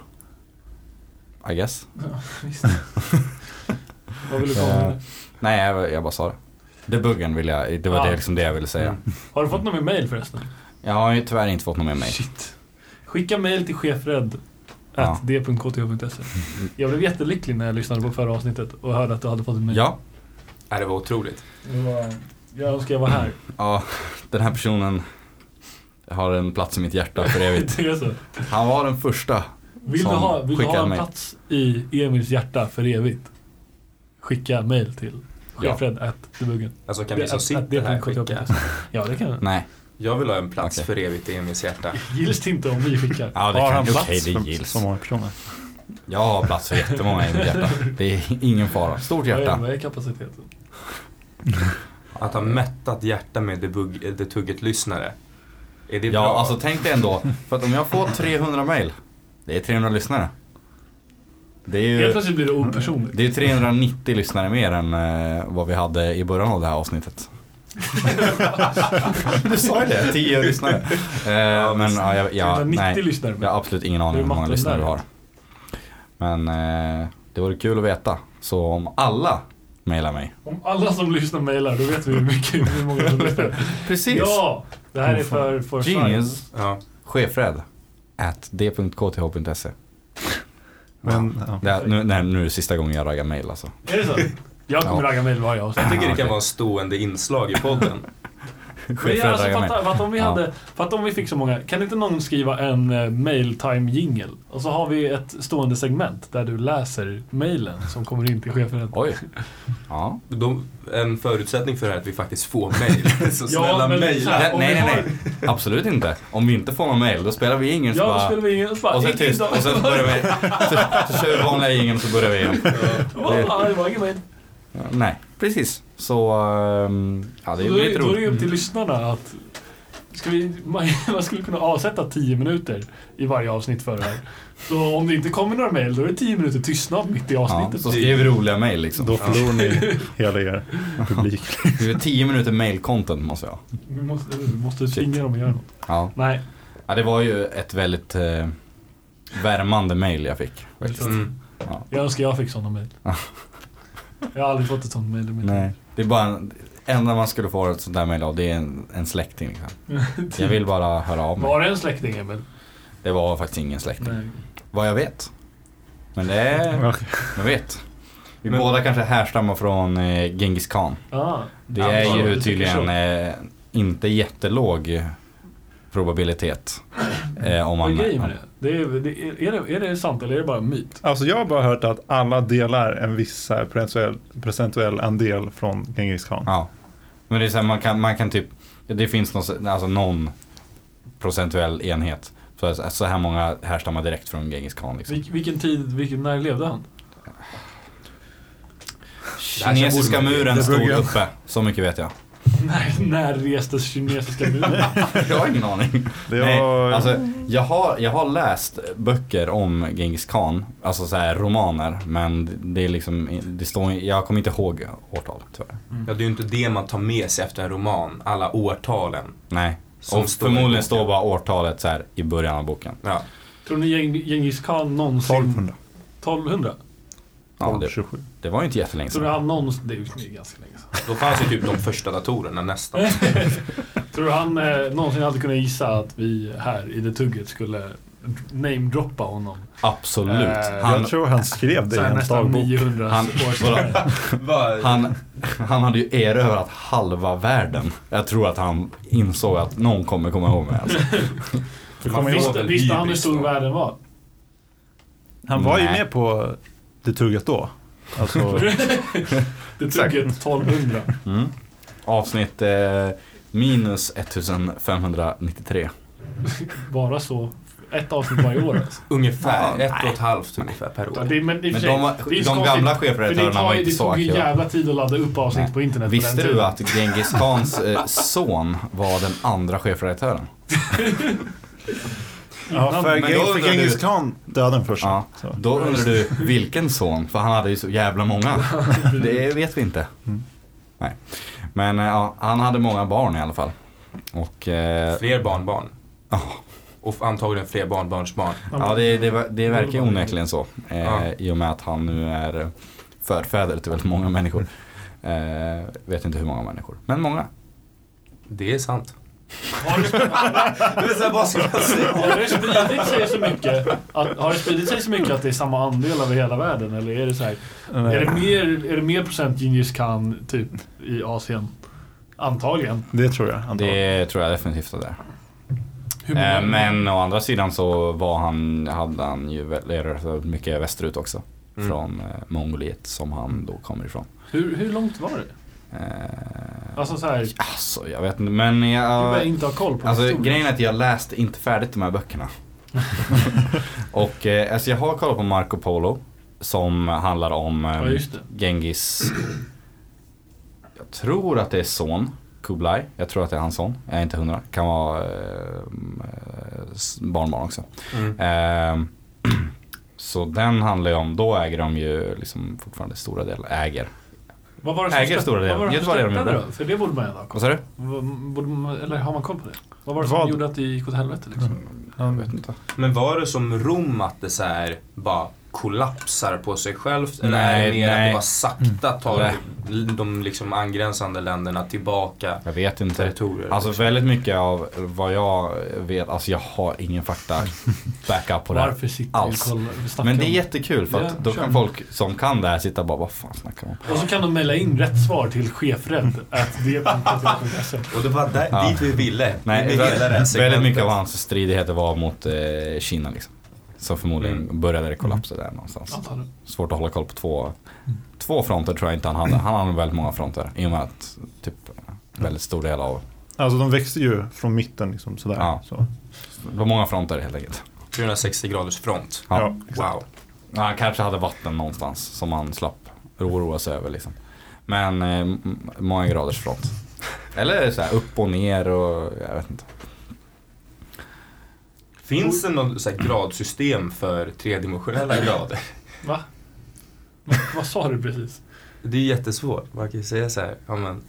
Speaker 5: I guess.
Speaker 3: Visst. (laughs) Vad vill du komma
Speaker 5: Eh,
Speaker 3: med?
Speaker 5: Nej, jag, jag bara sa det. Debuggen vill jag, det var
Speaker 3: Ja.
Speaker 5: det, liksom det jag ville säga.
Speaker 2: Mm.
Speaker 3: Har du fått någon mer mail förresten?
Speaker 5: Jag har ju tyvärr inte fått någon mer mail.
Speaker 3: Shit. Skicka mail till chefred.
Speaker 5: Ja.
Speaker 3: Att d.kth.se e. Jag blev jättelycklig när jag lyssnade på förra avsnittet och hörde att du hade fått en mail.
Speaker 5: Ja,
Speaker 2: Ja, det var otroligt.
Speaker 3: Det var, jag önskar jag var här.
Speaker 5: ja, den här personen har en plats i mitt hjärta för evigt.
Speaker 3: (laughs) Det är så.
Speaker 5: Han var den första.
Speaker 3: Vill du
Speaker 5: Som
Speaker 3: ha, vill du
Speaker 5: skickade
Speaker 3: ha en
Speaker 5: mail.
Speaker 3: plats i Emils hjärta för evigt? Skicka mail till
Speaker 5: Ja.
Speaker 3: chefred.debuggen.
Speaker 2: Alltså kan vi som sitter här skicka?
Speaker 3: e. Ja, det kan vi.
Speaker 5: Nej,
Speaker 2: Jag vill ha en plats
Speaker 5: Okej.
Speaker 2: för evigt i Emils hjärta.
Speaker 3: Gills det inte om vi skickar?
Speaker 5: ja, det
Speaker 1: Har
Speaker 5: kan,
Speaker 1: han
Speaker 5: okej
Speaker 1: plats
Speaker 5: det
Speaker 1: för
Speaker 5: gills.
Speaker 1: så många personer? (laughs)
Speaker 5: Jag har plats för jättemånga i mitt hjärta. Det är ingen fara. Stort
Speaker 3: Vad
Speaker 5: hjärta.
Speaker 3: är- vad är kapaciteten?
Speaker 2: Att ha mättat hjärta med debug- The Tugget-lyssnare. Är det bra?
Speaker 5: Ja, alltså tänk dig ändå. För att om jag får 300 mail, det är 300 lyssnare. Det är
Speaker 3: Helt
Speaker 5: ju
Speaker 3: plötsligt blir det opersonligt.
Speaker 5: det är 390 lyssnare mer än eh, vad vi hade i början av det här avsnittet. (laughs) Du sa ju det, 10 lyssnare. Eh, men ja, jag, jag,
Speaker 3: 390
Speaker 5: nej,
Speaker 3: lyssnare.
Speaker 5: jag har absolut ingen
Speaker 3: Det
Speaker 5: aning
Speaker 3: är
Speaker 5: om hur många
Speaker 3: matten
Speaker 5: lyssnare
Speaker 3: där.
Speaker 5: du har. Men eh, det vore kul att veta. Så om alla mejlar mig.
Speaker 3: Om alla som lyssnar mejlar, då vet vi hur, mycket, hur många som lyssnar.
Speaker 5: Precis!
Speaker 3: ja! Det här är för, för science.
Speaker 5: Genius
Speaker 2: Ja.
Speaker 5: chefred at d.kth.se
Speaker 1: Men, ja.
Speaker 5: e. det, här- nu, nej, nu är det sista gången jag raggar mejl alltså.
Speaker 3: Är det så? Jag kommer
Speaker 5: Ja.
Speaker 3: ragga mejl varje avsnitt.
Speaker 2: Jag tycker det
Speaker 5: okej.
Speaker 2: kan vara stående inslag i podden.
Speaker 5: (laughs)
Speaker 3: Men jag,
Speaker 5: Chefred
Speaker 3: alltså,
Speaker 5: raggar
Speaker 3: fatta,
Speaker 5: mejl.
Speaker 3: fatta, om vi
Speaker 5: Ja.
Speaker 3: hade, fatta om vi fick så många. Kan inte någon skriva en eh, mail time jingle? Och så har vi ett stående segment där du läser mejlen som kommer in till chefen.
Speaker 5: Oj. Ja.
Speaker 2: De, en förutsättning för det här är att vi faktiskt får
Speaker 5: (laughs)
Speaker 2: mejl. Så
Speaker 3: Ja,
Speaker 2: snälla
Speaker 3: men så
Speaker 2: mejla. Mm.
Speaker 3: här-
Speaker 5: Nej,
Speaker 3: om
Speaker 5: nej,
Speaker 3: vi
Speaker 5: nej. Absolut inte. Om vi inte får någon mejl då spelar vi ingen så
Speaker 3: Ja, då
Speaker 5: bara-
Speaker 3: skulle vi ju bara...
Speaker 5: Och sen tyst, och
Speaker 3: (laughs)
Speaker 5: sen så börjar vi. Så, så kör vi vanliga ingen så börjar vi igen.
Speaker 3: Ja, det var ingen mail.
Speaker 5: Ja, Nej, precis. Så, ehm, ja det är
Speaker 3: då, är,
Speaker 5: lite
Speaker 3: det- då är det
Speaker 5: roligt.
Speaker 3: ju upp till lyssnarna att... Ska vi, (laughs) man, man skulle kunna avsätta 10 minuter i varje avsnitt för det här. Så om det inte kommer några mejl, då är det 10 minuter tystnad mitt i
Speaker 5: Ja,
Speaker 3: avsnittet.
Speaker 5: så skriv roliga mejl liksom.
Speaker 1: Då förlorar ni hela er publik.
Speaker 5: Det är 10 minuter mail-content måste jag ha.
Speaker 3: Vi måste, vi måste tvinga dem att göra något.
Speaker 5: Ja.
Speaker 3: Nej,
Speaker 5: ja, det var ju ett väldigt eh, värmande mail jag fick. Faktiskt.
Speaker 2: Mm.
Speaker 3: jag önskar jag fick sådana mejl.
Speaker 5: Ja.
Speaker 3: Jag har aldrig fått ett sånt mejl i mitt liv.
Speaker 5: Nej. Det är bara en, enda man skulle få ett sånt där mejl av det är en, en släkting.
Speaker 3: (laughs)
Speaker 5: Liksom. Jag vill bara höra av mig.
Speaker 3: Var det en släkting Emil?
Speaker 5: Det var faktiskt ingen släkting.
Speaker 3: Nej.
Speaker 5: Vad jag vet. Men det
Speaker 3: (laughs)
Speaker 5: är, jag vet. Vi
Speaker 1: Men-
Speaker 5: båda kanske härstammar från eh, Genghis khan.
Speaker 3: Ah,
Speaker 5: Det
Speaker 3: Ja,
Speaker 5: är
Speaker 3: det
Speaker 5: ju
Speaker 3: tycker
Speaker 5: tydligen eh, inte jättelåg probabilitet. Eh, om
Speaker 3: vad är
Speaker 5: man,
Speaker 3: grejen med Mm. det? det, är, det är, är, det, är det sant eller är det bara en myt?
Speaker 1: Alltså jag har bara hört att alla delar en viss så här procentuell, procentuell andel från Genghis khan.
Speaker 5: Ja. Men det är så här, man kan, man kan typ, det finns någon, alltså någon procentuell enhet. Så, så här många härstammar direkt från Genghis khan. Liksom.
Speaker 3: Vil, vilken tid, vilken, när levde han?
Speaker 5: Kinesiska muren
Speaker 1: Det
Speaker 5: stod
Speaker 1: brukar jag-
Speaker 5: uppe, så mycket vet
Speaker 3: (laughs)
Speaker 5: jag.
Speaker 3: när, när restes kinesiska muren?
Speaker 5: Jag har ingen aning.
Speaker 1: Det
Speaker 5: Nej,
Speaker 1: var,
Speaker 5: alltså, jag, har, jag har läst böcker om Genghis khan, alltså så här romaner, men det är liksom, det står, jag kommer inte ihåg årtal tyvärr.
Speaker 2: Ja, det är ju inte det man tar med sig efter en roman, alla årtalen.
Speaker 5: Nej,
Speaker 2: Som
Speaker 5: och
Speaker 2: står i
Speaker 5: förmodligen
Speaker 2: boken.
Speaker 5: står bara årtalet så här i början av boken.
Speaker 2: Ja.
Speaker 3: Tror ni Geng- Genghis khan någonsin...
Speaker 1: 1200.
Speaker 3: 1200?
Speaker 5: Ja, det,
Speaker 1: 1227.
Speaker 5: det var ju inte jättelänge
Speaker 3: Tror
Speaker 5: sedan.
Speaker 3: du han någonsin... Det är ju ganska länge sedan.
Speaker 2: Då fanns ju typ de första datorerna
Speaker 5: (laughs)
Speaker 2: nästan.
Speaker 3: Tror du han eh, någonsin hade kunnat gissa att vi här i det tugget skulle namedroppa honom?
Speaker 5: Absolut.
Speaker 3: Eh,
Speaker 5: Han,
Speaker 1: jag tror han skrev det i
Speaker 3: Såhär
Speaker 1: en
Speaker 3: nästan
Speaker 1: dagbok.
Speaker 3: 900
Speaker 5: Han-
Speaker 3: år senare.
Speaker 5: han, han hade ju erövrat halva världen. Jag tror att han insåg att någon kommer komma ihåg mig. Alltså.
Speaker 1: Det kommer jag ihåg.
Speaker 3: Visste, visste han hur
Speaker 2: hybris
Speaker 3: stor
Speaker 2: då.
Speaker 3: världen var?
Speaker 1: Han var ju
Speaker 5: Nej.
Speaker 1: med på det tugget då. Alltså,
Speaker 3: Det tugget 1200.
Speaker 5: Avsnitt eh, minus 1593.
Speaker 3: Bara så. Ett avsnitt varje år
Speaker 5: (laughs)
Speaker 3: alltså.
Speaker 2: Ungefär, ett och ett halvt ungefär per år.
Speaker 3: Det, men i och
Speaker 5: Men
Speaker 3: för sig,
Speaker 5: de, var-
Speaker 3: det är
Speaker 5: de
Speaker 3: så konstigt,
Speaker 5: gamla
Speaker 3: för det
Speaker 5: chefredaktörerna
Speaker 3: tar
Speaker 5: var
Speaker 3: ju-
Speaker 5: inte
Speaker 3: Det
Speaker 5: så
Speaker 3: tog ju
Speaker 5: aktiva.
Speaker 3: jävla tid att ladda upp avsnitt
Speaker 5: Nej.
Speaker 3: på internet på
Speaker 5: Visste
Speaker 3: den
Speaker 5: du
Speaker 3: tiden.
Speaker 5: att Genghis Khans eh, son var den andra chefredaktören?
Speaker 1: ja, för
Speaker 5: Men då
Speaker 1: Geng- för
Speaker 5: undrar
Speaker 1: Genghis
Speaker 5: du-
Speaker 1: khan dödade den först.
Speaker 5: Ja,
Speaker 1: Så.
Speaker 5: då undrar du vilken son? För han hade ju så jävla många. Det vet vi inte. Nej. Men eh, ja, han hade många barn i alla fall. Och eh,
Speaker 2: Fler barnbarn.
Speaker 5: Ja.
Speaker 2: Och antagligen fler barnbarnsbarn.
Speaker 5: ja, det, det, ver- det verkar ju onekligen så. Eh,
Speaker 2: Ja.
Speaker 5: I och med att han nu är eh, förfäder till väldigt många människor. Eh, vet inte hur många människor, men många.
Speaker 2: Det är sant.
Speaker 3: Har (laughs) det, har det spridit sig så mycket att, har det spridit sig så mycket att det är samma andel över hela världen? Eller är det så här, är
Speaker 1: eh,
Speaker 3: det mer, är det mer procent Genghis khan typ i Asien? Antagligen.
Speaker 1: Det tror jag. antagligen.
Speaker 5: Det tror jag definitivt att det är.
Speaker 3: Hur
Speaker 5: Eh, Men å andra sidan så var han, hade han ju väl- erövrat mycket västerut också.
Speaker 2: Mm.
Speaker 5: Från eh, Mongoliet som han då kommer ifrån.
Speaker 3: Hur, hur långt var det?
Speaker 5: Eh,
Speaker 3: Alltså så här, du
Speaker 5: alltså jag vet inte men
Speaker 3: behöver
Speaker 5: jag...
Speaker 3: inte ha koll på
Speaker 5: Alltså
Speaker 3: historien.
Speaker 5: grejen är att jag läste inte färdigt de här
Speaker 3: (laughs)
Speaker 5: böckerna. och eh, alltså jag har kollat på Marco Polo. Som handlar om eh,
Speaker 3: Ja, just det.
Speaker 5: Genghis... Jag tror att det är son. Kublai. Jag tror att det är hans son. Jag är inte hundra. Kan vara eh, s- barnbarn också.
Speaker 2: Mm.
Speaker 5: Ehm, (clears throat) Så den handlar ju om, då äger de ju liksom fortfarande stora delar, äger.
Speaker 3: Vad var det
Speaker 5: Äger stora delar.
Speaker 3: vad var det
Speaker 5: Vet
Speaker 3: som
Speaker 5: vad det är de
Speaker 3: störtade
Speaker 5: gjorde?
Speaker 3: då? För det borde man ju ha koll
Speaker 5: Vad sa du?
Speaker 3: Vad- borde man- Eller har man koll på det? Vad var det som
Speaker 1: Vad?
Speaker 3: gjorde att det gick åt helvete liksom?
Speaker 5: Mm. Jag vet inte.
Speaker 2: Men var det som Rom att det så här bara kollapsar på sig självt? Eller är
Speaker 5: Nej,
Speaker 2: det mer att
Speaker 5: nej.
Speaker 2: det bara sakta tar
Speaker 5: Nej.
Speaker 2: de liksom angränsande länderna tillbaka
Speaker 5: Jag vet inte.
Speaker 2: territorier?
Speaker 5: Alltså väldigt mycket av vad jag vet, alltså jag har ingen fakta backup på det här.
Speaker 3: Varför sitter vi och
Speaker 5: alls.
Speaker 3: kollar? vi snackar
Speaker 5: Men det är
Speaker 3: om
Speaker 5: jättekul för
Speaker 3: Ja,
Speaker 5: att då
Speaker 3: kör.
Speaker 5: kan folk som kan det här sitta och bara, vad fan snackar de om?
Speaker 3: Och så kan de mejla in rätt svar till chefredd.dp.se.
Speaker 2: Och det var där,
Speaker 5: Ja.
Speaker 2: dit vi ville.
Speaker 5: Nej,
Speaker 2: vi
Speaker 5: vä- väldigt mycket av
Speaker 2: av
Speaker 5: hans stridigheter var mot eh, Kina liksom. Så förmodligen började det kollapsa där någonstans. Svårt att hålla koll på två, två fronter tror jag inte han hade. Han hade väldigt många fronter i och med att typ väldigt stor del av,
Speaker 1: Alltså de växte ju från mitten liksom sådär.
Speaker 5: Ja.
Speaker 1: Så.
Speaker 5: det var många fronter helt enkelt.
Speaker 2: 360 graders front.
Speaker 5: Ja.
Speaker 1: Ja, exakt.
Speaker 2: Wow.
Speaker 5: Ja, Han kanske hade vatten någonstans som han slapp oroa sig över liksom. Men eh, m- många graders front. Eller så här upp och ner och jag vet inte.
Speaker 2: Finns det något så här gradsystem för tredimensionella grader?
Speaker 3: Va? Men, vad sa du precis?
Speaker 2: Det är jättesvårt. Man kan ju säga så här, ja men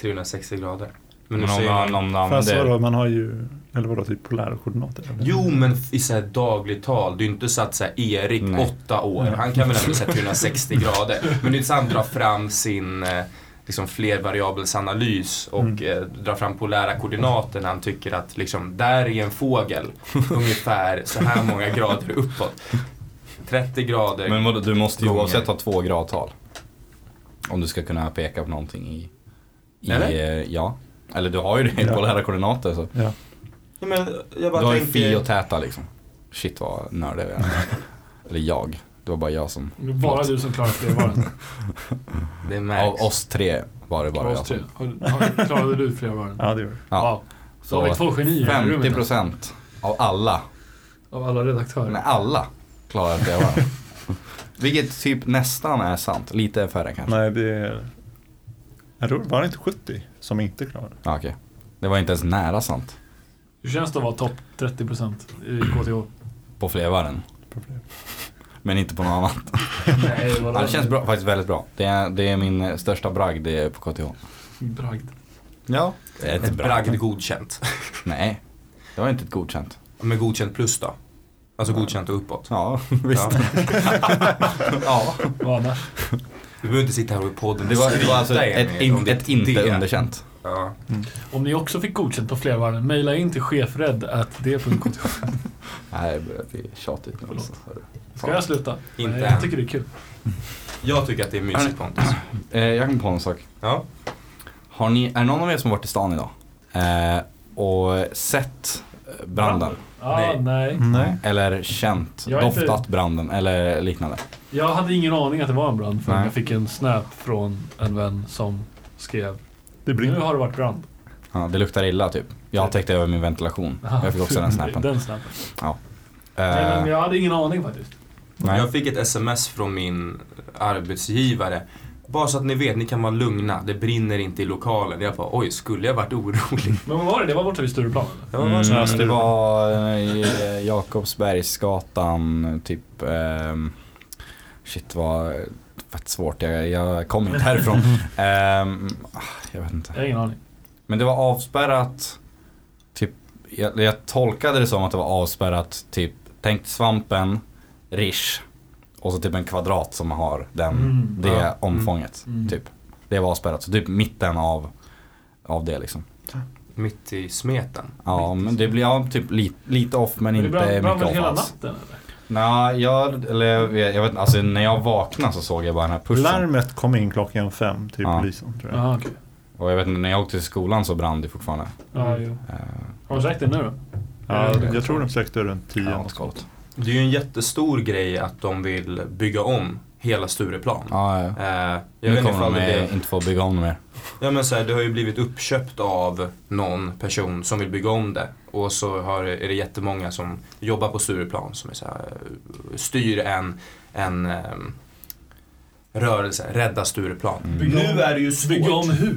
Speaker 2: 360 grader. Men
Speaker 5: Men
Speaker 2: nu
Speaker 5: om,
Speaker 2: säger
Speaker 5: man,
Speaker 2: man,
Speaker 5: om man
Speaker 1: Fast
Speaker 5: använder...
Speaker 1: vadå, man har ju, eller vadå, typ polära koordinater? eller?
Speaker 2: Jo men i så här dagligt tal, det är ju inte så att så här, Erik,
Speaker 5: Nej.
Speaker 2: åtta år, han kan väl ändå säga 360 grader. Men det är inte så att han drar fram sin eh, liksom flervariabelsanalys och
Speaker 5: Mm.
Speaker 2: eh, drar fram polära koordinater när han tycker att liksom, där är en fågel ungefär så här många grader uppåt. 30 grader.
Speaker 5: Men vadå, du måste ju
Speaker 2: Gånger.
Speaker 5: oavsett ha två gradtal. Om du ska kunna peka på någonting i... i
Speaker 2: Eller?
Speaker 5: eh, ja. Eller du har ju det i
Speaker 1: Ja.
Speaker 5: polära koordinater. Så.
Speaker 2: Ja, men jag
Speaker 5: Du
Speaker 2: bara
Speaker 5: har ju
Speaker 2: tänker...
Speaker 5: fi och täta liksom. Shit vad nördig vi är. Eller jag. Det var bara jag som...
Speaker 3: Det är Bara du som klarar flervaren.
Speaker 2: Det
Speaker 5: Av
Speaker 2: märks.
Speaker 5: oss tre var det bara
Speaker 3: Bara
Speaker 5: jag
Speaker 3: oss tre.
Speaker 5: som...
Speaker 3: Har- har- Klarade du flervaren?
Speaker 1: Ja, det gör det.
Speaker 5: Ja.
Speaker 3: Wow. Så har vi två genier här i rummet. alltså.
Speaker 5: 50% av alla,
Speaker 3: Av alla redaktörer.
Speaker 5: nej alla, klarar att leva. Vilket typ nästan är sant. Lite färre kanske.
Speaker 1: Nej, det är... Jag tror, var det inte 70 som inte klarade
Speaker 5: Ja, okej. Det var inte ens nära sant
Speaker 3: Hur känns det att vara topp 30% i KTH?
Speaker 5: på flervarven.
Speaker 1: problem?
Speaker 5: Men inte på något annat.
Speaker 3: Nej, det var
Speaker 5: Ja, det känns bra, faktiskt väldigt bra. Det är, det är min eh, största bragd det är på KTH.
Speaker 3: Bragd.
Speaker 5: Ja. Det är inte
Speaker 2: Ett
Speaker 5: bragd.
Speaker 2: bragd godkänt.
Speaker 5: Nej, det var inte ett godkänt.
Speaker 2: Men godkänt plus då? Alltså godkänt och uppåt.
Speaker 5: Ja, visst.
Speaker 2: Ja.
Speaker 5: Ja.
Speaker 3: Vad annars?
Speaker 2: Du behöver inte sitta här och i podden
Speaker 5: Det, var, det var alltså
Speaker 2: skryta,
Speaker 5: ett,
Speaker 2: Emil, om
Speaker 5: in,
Speaker 2: det-
Speaker 5: ett inte
Speaker 2: det.
Speaker 5: underkänt.
Speaker 2: Ja.
Speaker 3: Om ni också fick godkänt på flervaren, mejla in till chefredd.d.kth.
Speaker 5: Nej, det börjar bli tjatigt nu. Alltså.
Speaker 3: Ska jag sluta?
Speaker 2: Inte
Speaker 3: Nej, jag
Speaker 2: än.
Speaker 3: tycker det är kul.
Speaker 2: Jag tycker att det är mysigt Pontus.
Speaker 5: Eh, Jag kom på en sak.
Speaker 2: Ja.
Speaker 5: Har ni, är det någon av er som har varit i stan idag? Eh, och sett eh, branden?
Speaker 3: Ah,
Speaker 2: Nej.
Speaker 3: nej.
Speaker 1: Nej.
Speaker 5: Eller känt,
Speaker 3: Jag är inte-
Speaker 5: doftat branden eller liknande?
Speaker 3: Jag hade ingen aning att det var en brand förrän
Speaker 5: Nej.
Speaker 3: jag fick en snap från en vän som skrev
Speaker 1: Det
Speaker 3: Nu
Speaker 1: brinner.
Speaker 3: har det varit brand.
Speaker 5: Ja, det luktar illa typ. Jag täckte över min ventilation. Jag fick
Speaker 3: (laughs)
Speaker 5: också den snappen.
Speaker 3: Den snappen. Nej, men
Speaker 5: Eh,
Speaker 3: jag hade ingen aning faktiskt.
Speaker 5: nej.
Speaker 2: Jag fick ett sms från min arbetsgivare. Bara så att ni vet, ni kan vara lugna. Det brinner inte i lokalen. Jag bara, oj, skulle jag varit orolig?
Speaker 3: Men vad var det? Det var borta vid Stureplan eller?
Speaker 2: Jag bara,
Speaker 5: (laughs) Mm,
Speaker 2: så här,
Speaker 5: det var eh, i Jakobsbergsgatan, typ... ehm, shit vad fett svårt, jag, jag kommer inte härifrån.
Speaker 3: (laughs)
Speaker 5: Ehm, ah, jag vet inte.
Speaker 3: Jag har ingen aning.
Speaker 5: Men det var avspärrat. Typ, jag, jag tolkade det som att det var avspärrat. Typ, tänk svampen, rish. Och så typ en kvadrat som har den,
Speaker 3: Mm,
Speaker 5: det
Speaker 2: ja.
Speaker 5: omfånget.
Speaker 3: Mm.
Speaker 5: Typ. Det var avspärrat. Så typ mitten av, av det liksom.
Speaker 2: Mitt i smeten.
Speaker 5: Ja, men det blir ja, typ li, lite off men
Speaker 3: Men det
Speaker 5: inte
Speaker 3: brann brann
Speaker 5: mycket
Speaker 3: väl
Speaker 5: off
Speaker 3: hela
Speaker 5: alls.
Speaker 3: natten eller?
Speaker 5: Nej, jag, eller jag vet, jag vet inte. Alltså när jag vaknade så såg jag bara den här pushen.
Speaker 1: Larmet kom in klockan fem till
Speaker 5: Ja.
Speaker 1: polisen tror jag.
Speaker 3: Jaha okej.
Speaker 5: Och jag vet inte, när jag åkte till skolan så brann det fortfarande.
Speaker 3: Ja, jo.
Speaker 5: Eh,
Speaker 3: Har de sagt det nu då?
Speaker 1: Ja,
Speaker 3: Eller-
Speaker 1: jag tror de släckte runt
Speaker 5: jag
Speaker 1: tio.
Speaker 5: har inte kollat.
Speaker 2: Det är ju en jättestor grej att de vill bygga om hela Stureplan.
Speaker 5: Ja, ja.
Speaker 2: Eh, jag vet
Speaker 5: Nu
Speaker 2: inte
Speaker 5: kommer
Speaker 2: ifall
Speaker 5: de
Speaker 2: det
Speaker 5: eh,
Speaker 2: blir...
Speaker 5: inte få bygga om mer.
Speaker 2: Ja men så här, det har ju blivit uppköpt av någon person som vill bygga om det. Och så har, är det jättemånga som jobbar på Stureplan som är så här, styr en, en ehm, rörelse, rädda Stureplan.
Speaker 5: Mm.
Speaker 2: Nu är det ju svårt.
Speaker 3: Bygga om hur?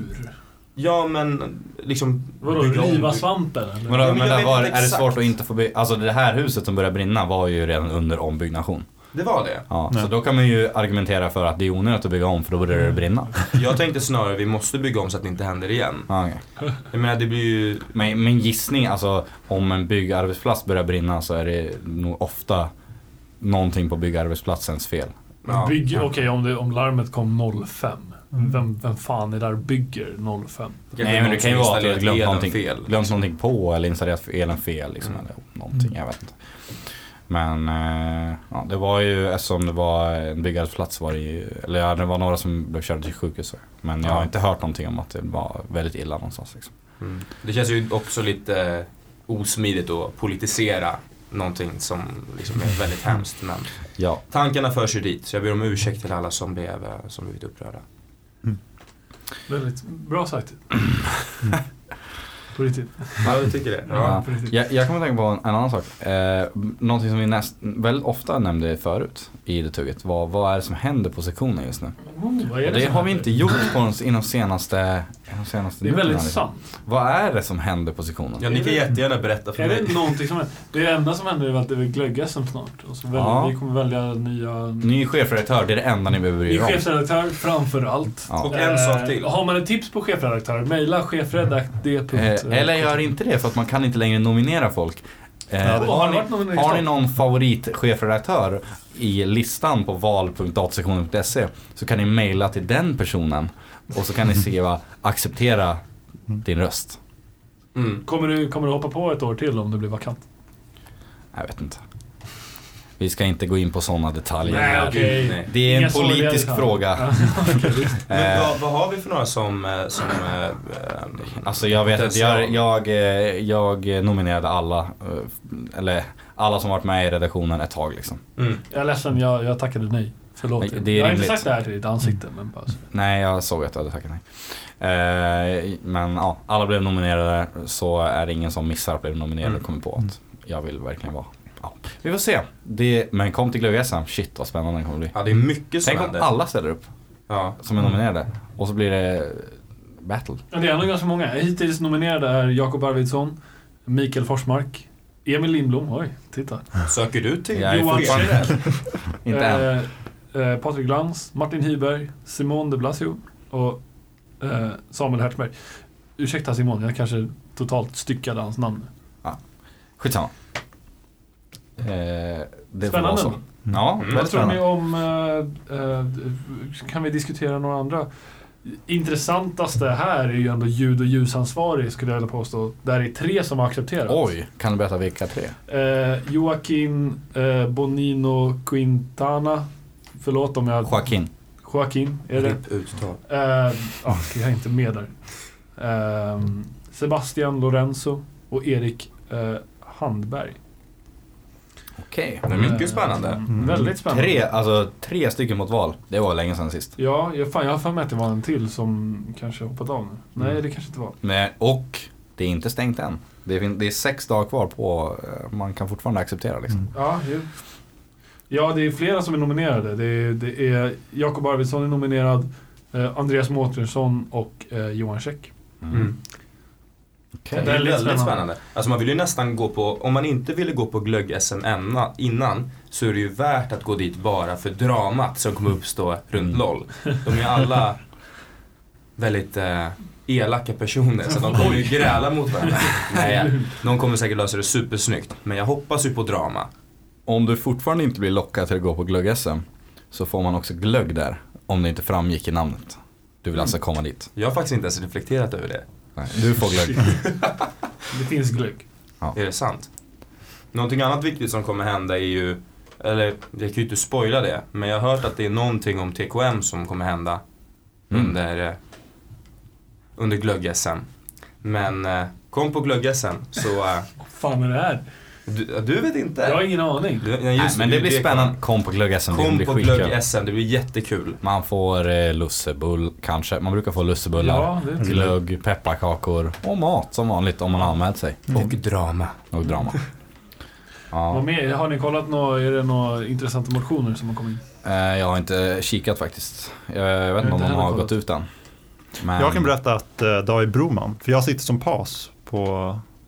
Speaker 2: Ja men liksom...
Speaker 3: Vadå,
Speaker 2: bygga om-
Speaker 3: riva svampen eller?
Speaker 5: Men, då,
Speaker 2: Ja, men
Speaker 5: men,
Speaker 2: jag
Speaker 5: där
Speaker 2: vet
Speaker 5: var,
Speaker 2: inte
Speaker 5: är det
Speaker 2: exakt.
Speaker 5: svårt att inte få bygga? Alltså det här huset som började brinna var ju redan under ombyggnation.
Speaker 2: Det var det.
Speaker 5: Ja,
Speaker 1: Nej.
Speaker 5: så då kan man ju argumentera för att det är onödigt att bygga om för då börjar det brinna.
Speaker 2: Jag tänkte snarare vi måste bygga om så att det inte händer igen.
Speaker 5: Ja, okej.
Speaker 2: Jag menar det blir ju...
Speaker 5: men, men gissning, alltså om en byggarbetsplats börjar brinna så är det nog ofta någonting på byggarbetsplatsens fel.
Speaker 2: Ja, Mm.
Speaker 3: Bygg,
Speaker 2: ja.
Speaker 3: Okej, om, det- om larmet kom 05.
Speaker 1: Mm.
Speaker 3: Vem, vem fan är där och bygger 05?
Speaker 2: Kanske
Speaker 5: Nej men
Speaker 2: någon
Speaker 5: det
Speaker 2: som
Speaker 5: kan ju vara att du har
Speaker 2: installerat
Speaker 5: glömt
Speaker 2: elen
Speaker 5: någonting,
Speaker 2: fel.
Speaker 5: glömt någonting på eller installerat elen fel liksom, eller någonting, jag vet inte. Men eh, ja, det var ju, eftersom det var en byggarbetsplats var det ju, eller ja, det var några som blev körda till sjukhus. så. Men jag har
Speaker 2: Ja.
Speaker 5: inte hört någonting om att det var väldigt illa någonstans. Liksom.
Speaker 2: Mm. Det känns ju också lite eh, osmidigt att politisera någonting som liksom är väldigt hemskt. Men
Speaker 5: Ja,
Speaker 2: tankarna förs ju dit, så jag ber om ursäkt till alla som, blev, eh, som blivit upprörda.
Speaker 3: Väldigt bra sagt. På riktigt.
Speaker 2: Ja, du tycker det?
Speaker 5: Ja.
Speaker 2: Ja.
Speaker 3: På riktigt.
Speaker 5: jag, jag kommer att tänka på en, en annan sak. Eh, någonting som vi näst, väldigt ofta nämnde förut i det tugget var vad är det som händer på sektionen just nu?
Speaker 3: Oh, vad är
Speaker 5: Och det
Speaker 3: som
Speaker 5: har vi
Speaker 3: händer?
Speaker 5: inte gjort på de, inom senaste, inom senaste
Speaker 3: Det är väldigt
Speaker 5: nyheterna, liksom.
Speaker 3: sant.
Speaker 5: Vad är det som händer på sektionen?
Speaker 2: ja, ni kan jättegärna berätta för
Speaker 3: Är det
Speaker 2: mig.
Speaker 3: någonting som händer? Det enda som händer är väl att det är glöggasen snart. Och så väljer,
Speaker 5: Ja.
Speaker 3: Vi kommer välja nya...
Speaker 5: Ny chefredaktör, det är det enda ni behöver bry
Speaker 3: Ny
Speaker 5: er om.
Speaker 3: chefredaktör framför allt.
Speaker 5: Ja.
Speaker 2: Och en sak
Speaker 3: Eh,
Speaker 2: till.
Speaker 3: Har man ett tips på chefredaktör, mejla chefredakt.d.
Speaker 5: Eh, Eller gör inte det för att man kan inte längre nominera folk. Eh,
Speaker 1: Ja, det-
Speaker 3: Åh,
Speaker 5: har,
Speaker 3: har det varit någon
Speaker 5: ni, har ni någon favoritchefredaktör i listan på val.datasektionen.se så kan ni mejla till den personen och så kan ni skriva acceptera din röst.
Speaker 2: Mm.
Speaker 3: Kommer du, kommer du hoppa på ett år till om det blir vakant?
Speaker 5: Jag vet inte. Vi ska inte gå in på sådana detaljer.
Speaker 3: Nej, okej.
Speaker 2: Nej.
Speaker 5: Det är
Speaker 3: Inga
Speaker 5: en
Speaker 3: sådana
Speaker 5: politisk
Speaker 3: detaljer.
Speaker 5: fråga.
Speaker 2: Men
Speaker 5: (laughs) Eh,
Speaker 2: vad, vad har vi för några som... eh, som eh, eh,
Speaker 5: Alltså jag vet inte, jag, jag, eh, jag nominerade alla, eh, eller alla som varit med i redaktionen ett tag liksom.
Speaker 2: mm.
Speaker 3: Jag är ledsen, jag, jag tackade nej. Förlåt.
Speaker 5: Det är
Speaker 3: jag har inte
Speaker 5: rimligt.
Speaker 3: sagt det här till ditt ansikte, men bara så.
Speaker 5: Nej, jag såg att du hade tackat nej. Eh, men ja, alla blev nominerade så är det ingen som missar att bli nominerad
Speaker 2: Mm.
Speaker 5: och kommer på att jag vill verkligen vara. Ja. Vi får se. Det, men kom till glögg shit vad spännande det kommer bli.
Speaker 2: Ja, det är Mm. mycket som
Speaker 5: Tänk om
Speaker 2: händer.
Speaker 5: alla ställer upp
Speaker 2: Ja.
Speaker 5: som är nominerade och så blir det battle.
Speaker 3: Ja, Det är nog ganska många. Hittills nominerade är Jakob Arvidsson, Mikael Forsmark, Emil Lindblom, oj, titta.
Speaker 2: Söker du till
Speaker 5: Jag är
Speaker 3: Johan
Speaker 5: fortfarande Inte än.
Speaker 3: Eh, eh, Patrik Glans, Martin Hyberg, Simon de Blasio och eh, Samuel Hertzberg. Ursäkta Simon, jag kanske totalt styckade hans namn.
Speaker 5: Skitsamma. Eh, det får vara
Speaker 3: Spännande.
Speaker 5: så.
Speaker 2: Mm.
Speaker 3: ändå.
Speaker 5: Ja,
Speaker 3: Vad
Speaker 5: väldigt
Speaker 3: tror ni
Speaker 5: spännande.
Speaker 3: om... Eh, eh, kan vi diskutera några andra? Intressantaste här är ju ändå ljud och ljusansvarig skulle jag vilja påstå. Där är tre som har accepterat.
Speaker 5: Oj, kan du berätta vilka tre?
Speaker 3: Eh, Joaquin eh, Bonino Quintana. Förlåt om jag...
Speaker 5: Joaquin.
Speaker 3: Joaquin, är det?
Speaker 2: Klipp uttal.
Speaker 3: Eh, ah, jag är inte med där. Ehm, Sebastian Lorenzo och Erik eh, Handberg.
Speaker 5: Okej.
Speaker 2: Det är mycket
Speaker 3: Eh,
Speaker 2: spännande.
Speaker 3: Väldigt spännande.
Speaker 5: Tre, alltså tre stycken mot val. Det var länge sedan sist.
Speaker 3: Ja, jag, fan, jag har för mig att det var en till som kanske hoppat av nu. Nej, det kanske inte var.
Speaker 5: Men, och det är inte stängt än. Det är, det är sex dagar kvar på, eh, man kan fortfarande acceptera liksom.
Speaker 1: Mm.
Speaker 3: Ja, ju. ja det är flera som är nominerade. Det är, det är Jakob Arvidsson är nominerad, eh, Andreas Mårtensson och eh, Johan Käck.
Speaker 2: Mm. Det är
Speaker 5: Okej.
Speaker 2: väldigt
Speaker 3: spännande.
Speaker 2: spännande. Alltså man vill ju nästan gå på, om man inte ville gå på glögg-SM änna- innan så är det ju värt att gå dit bara för dramat som kommer uppstå runt LOL. De är ju (laughs) alla väldigt eh, elaka personer så de kommer ju gräla mot (laughs) varandra. Nej, de kommer säkert lösa det supersnyggt. Men jag hoppas ju på drama.
Speaker 5: Om du fortfarande inte blir lockad till att gå på glögg-SM så får man också glögg där. Om det inte framgick i namnet. Du vill alltså komma dit.
Speaker 2: Jag har faktiskt inte ens reflekterat över det.
Speaker 5: Nej, du får
Speaker 2: (laughs)
Speaker 5: glögg.
Speaker 3: Det finns glögg.
Speaker 2: Är det sant? Någonting annat viktigt som kommer hända är ju, eller jag kan ju inte spoila det, men jag har hört att det är någonting om TKM som kommer hända
Speaker 5: Mm.
Speaker 2: under, eh, under glögg-SM. Men eh, kom på glögg-SM så, eh,
Speaker 3: Vad fan är det här?
Speaker 2: du, du vet inte?
Speaker 3: Jag har ingen aning.
Speaker 2: Du- nej,
Speaker 5: Nej,
Speaker 2: just
Speaker 5: men det blir
Speaker 2: ju
Speaker 5: spännande. Kom på glögg-SM,
Speaker 2: Kom,
Speaker 5: det
Speaker 2: kom
Speaker 5: blir
Speaker 2: på
Speaker 5: skitkul.
Speaker 2: glögg-SM, det blir jättekul.
Speaker 5: Man får eh, lussebull kanske. Man brukar få lussebullar.
Speaker 3: Ja, det är
Speaker 5: Glögg, pepparkakor och mat som vanligt om man har anmält sig.
Speaker 2: Och drama. (laughs)
Speaker 5: Och drama.
Speaker 3: Vad
Speaker 5: Ja,
Speaker 3: mer? Har ni kollat några, är det några intressanta motioner som har kommit in?
Speaker 5: eh, jag har inte kikat faktiskt. Jag, jag vet inte
Speaker 3: inte
Speaker 5: om de
Speaker 3: heller
Speaker 5: har
Speaker 3: kollat.
Speaker 5: gått ut än. Men,
Speaker 1: Jag kan berätta att eh, David Broman, för jag sitter som PAS på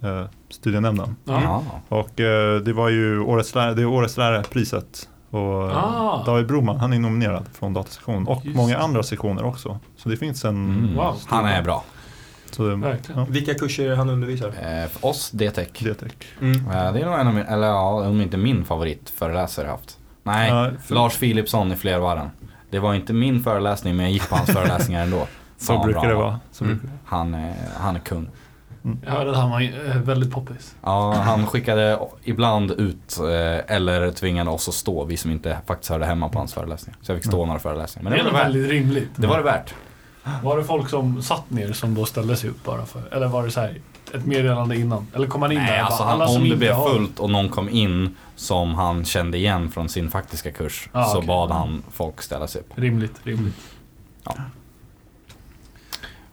Speaker 1: eh, studienämnden.
Speaker 3: Ja.
Speaker 5: Ja.
Speaker 1: Och eh, det var ju årets lärare, det är årets lärarpriset. Och eh,
Speaker 3: Ah.
Speaker 1: David Broman, han är nominerad från datasektionen och
Speaker 3: Just
Speaker 1: många
Speaker 3: det.
Speaker 1: andra sektioner också. Så det finns en...
Speaker 5: Mm.
Speaker 3: Wow.
Speaker 5: Han är bra.
Speaker 1: Så eh, det,
Speaker 3: Verkligen.
Speaker 1: Ja,
Speaker 2: Vilka kurser han undervisar?
Speaker 5: Eh, för oss, D-tech. Eh,
Speaker 1: det tycker
Speaker 2: Mm.
Speaker 5: det är nog en av min, eller ja, om inte min favoritföreläsare jag haft. Nej,
Speaker 1: Ja, för-
Speaker 5: Lars Philipsson i Flervarren. Det var inte min föreläsning men jag gick på hans föreläsningar ändå.
Speaker 1: Så
Speaker 5: Fan,
Speaker 1: brukar
Speaker 5: bra.
Speaker 1: det vara. Så
Speaker 2: Mm.
Speaker 1: brukar det.
Speaker 5: Han, är- han är kung.
Speaker 3: Jag hörde att han var eh, väldigt poppis.
Speaker 5: Ja, han skickade ibland ut eh, eller tvingade oss att stå, vi som inte faktiskt hörde hemma på hans föreläsningar. Så jag fick stå några föreläsningar.
Speaker 3: det är
Speaker 5: Men det
Speaker 3: nog
Speaker 5: var det värt.
Speaker 3: väldigt rimligt.
Speaker 5: Det var det värt.
Speaker 3: Var det folk som satt ner som då ställde sig upp bara för? Eller var det så här ett meddelande innan? Eller kom han in
Speaker 5: Nej,
Speaker 3: där och
Speaker 5: alltså
Speaker 3: bara,
Speaker 5: han,
Speaker 3: alla som
Speaker 5: om det
Speaker 3: inte
Speaker 5: blev
Speaker 3: har...
Speaker 5: fullt och någon kom in som han kände igen från sin faktiska kurs
Speaker 3: Ja,
Speaker 5: så
Speaker 3: okej.
Speaker 5: bad han folk ställa sig upp.
Speaker 3: Rimligt, rimligt.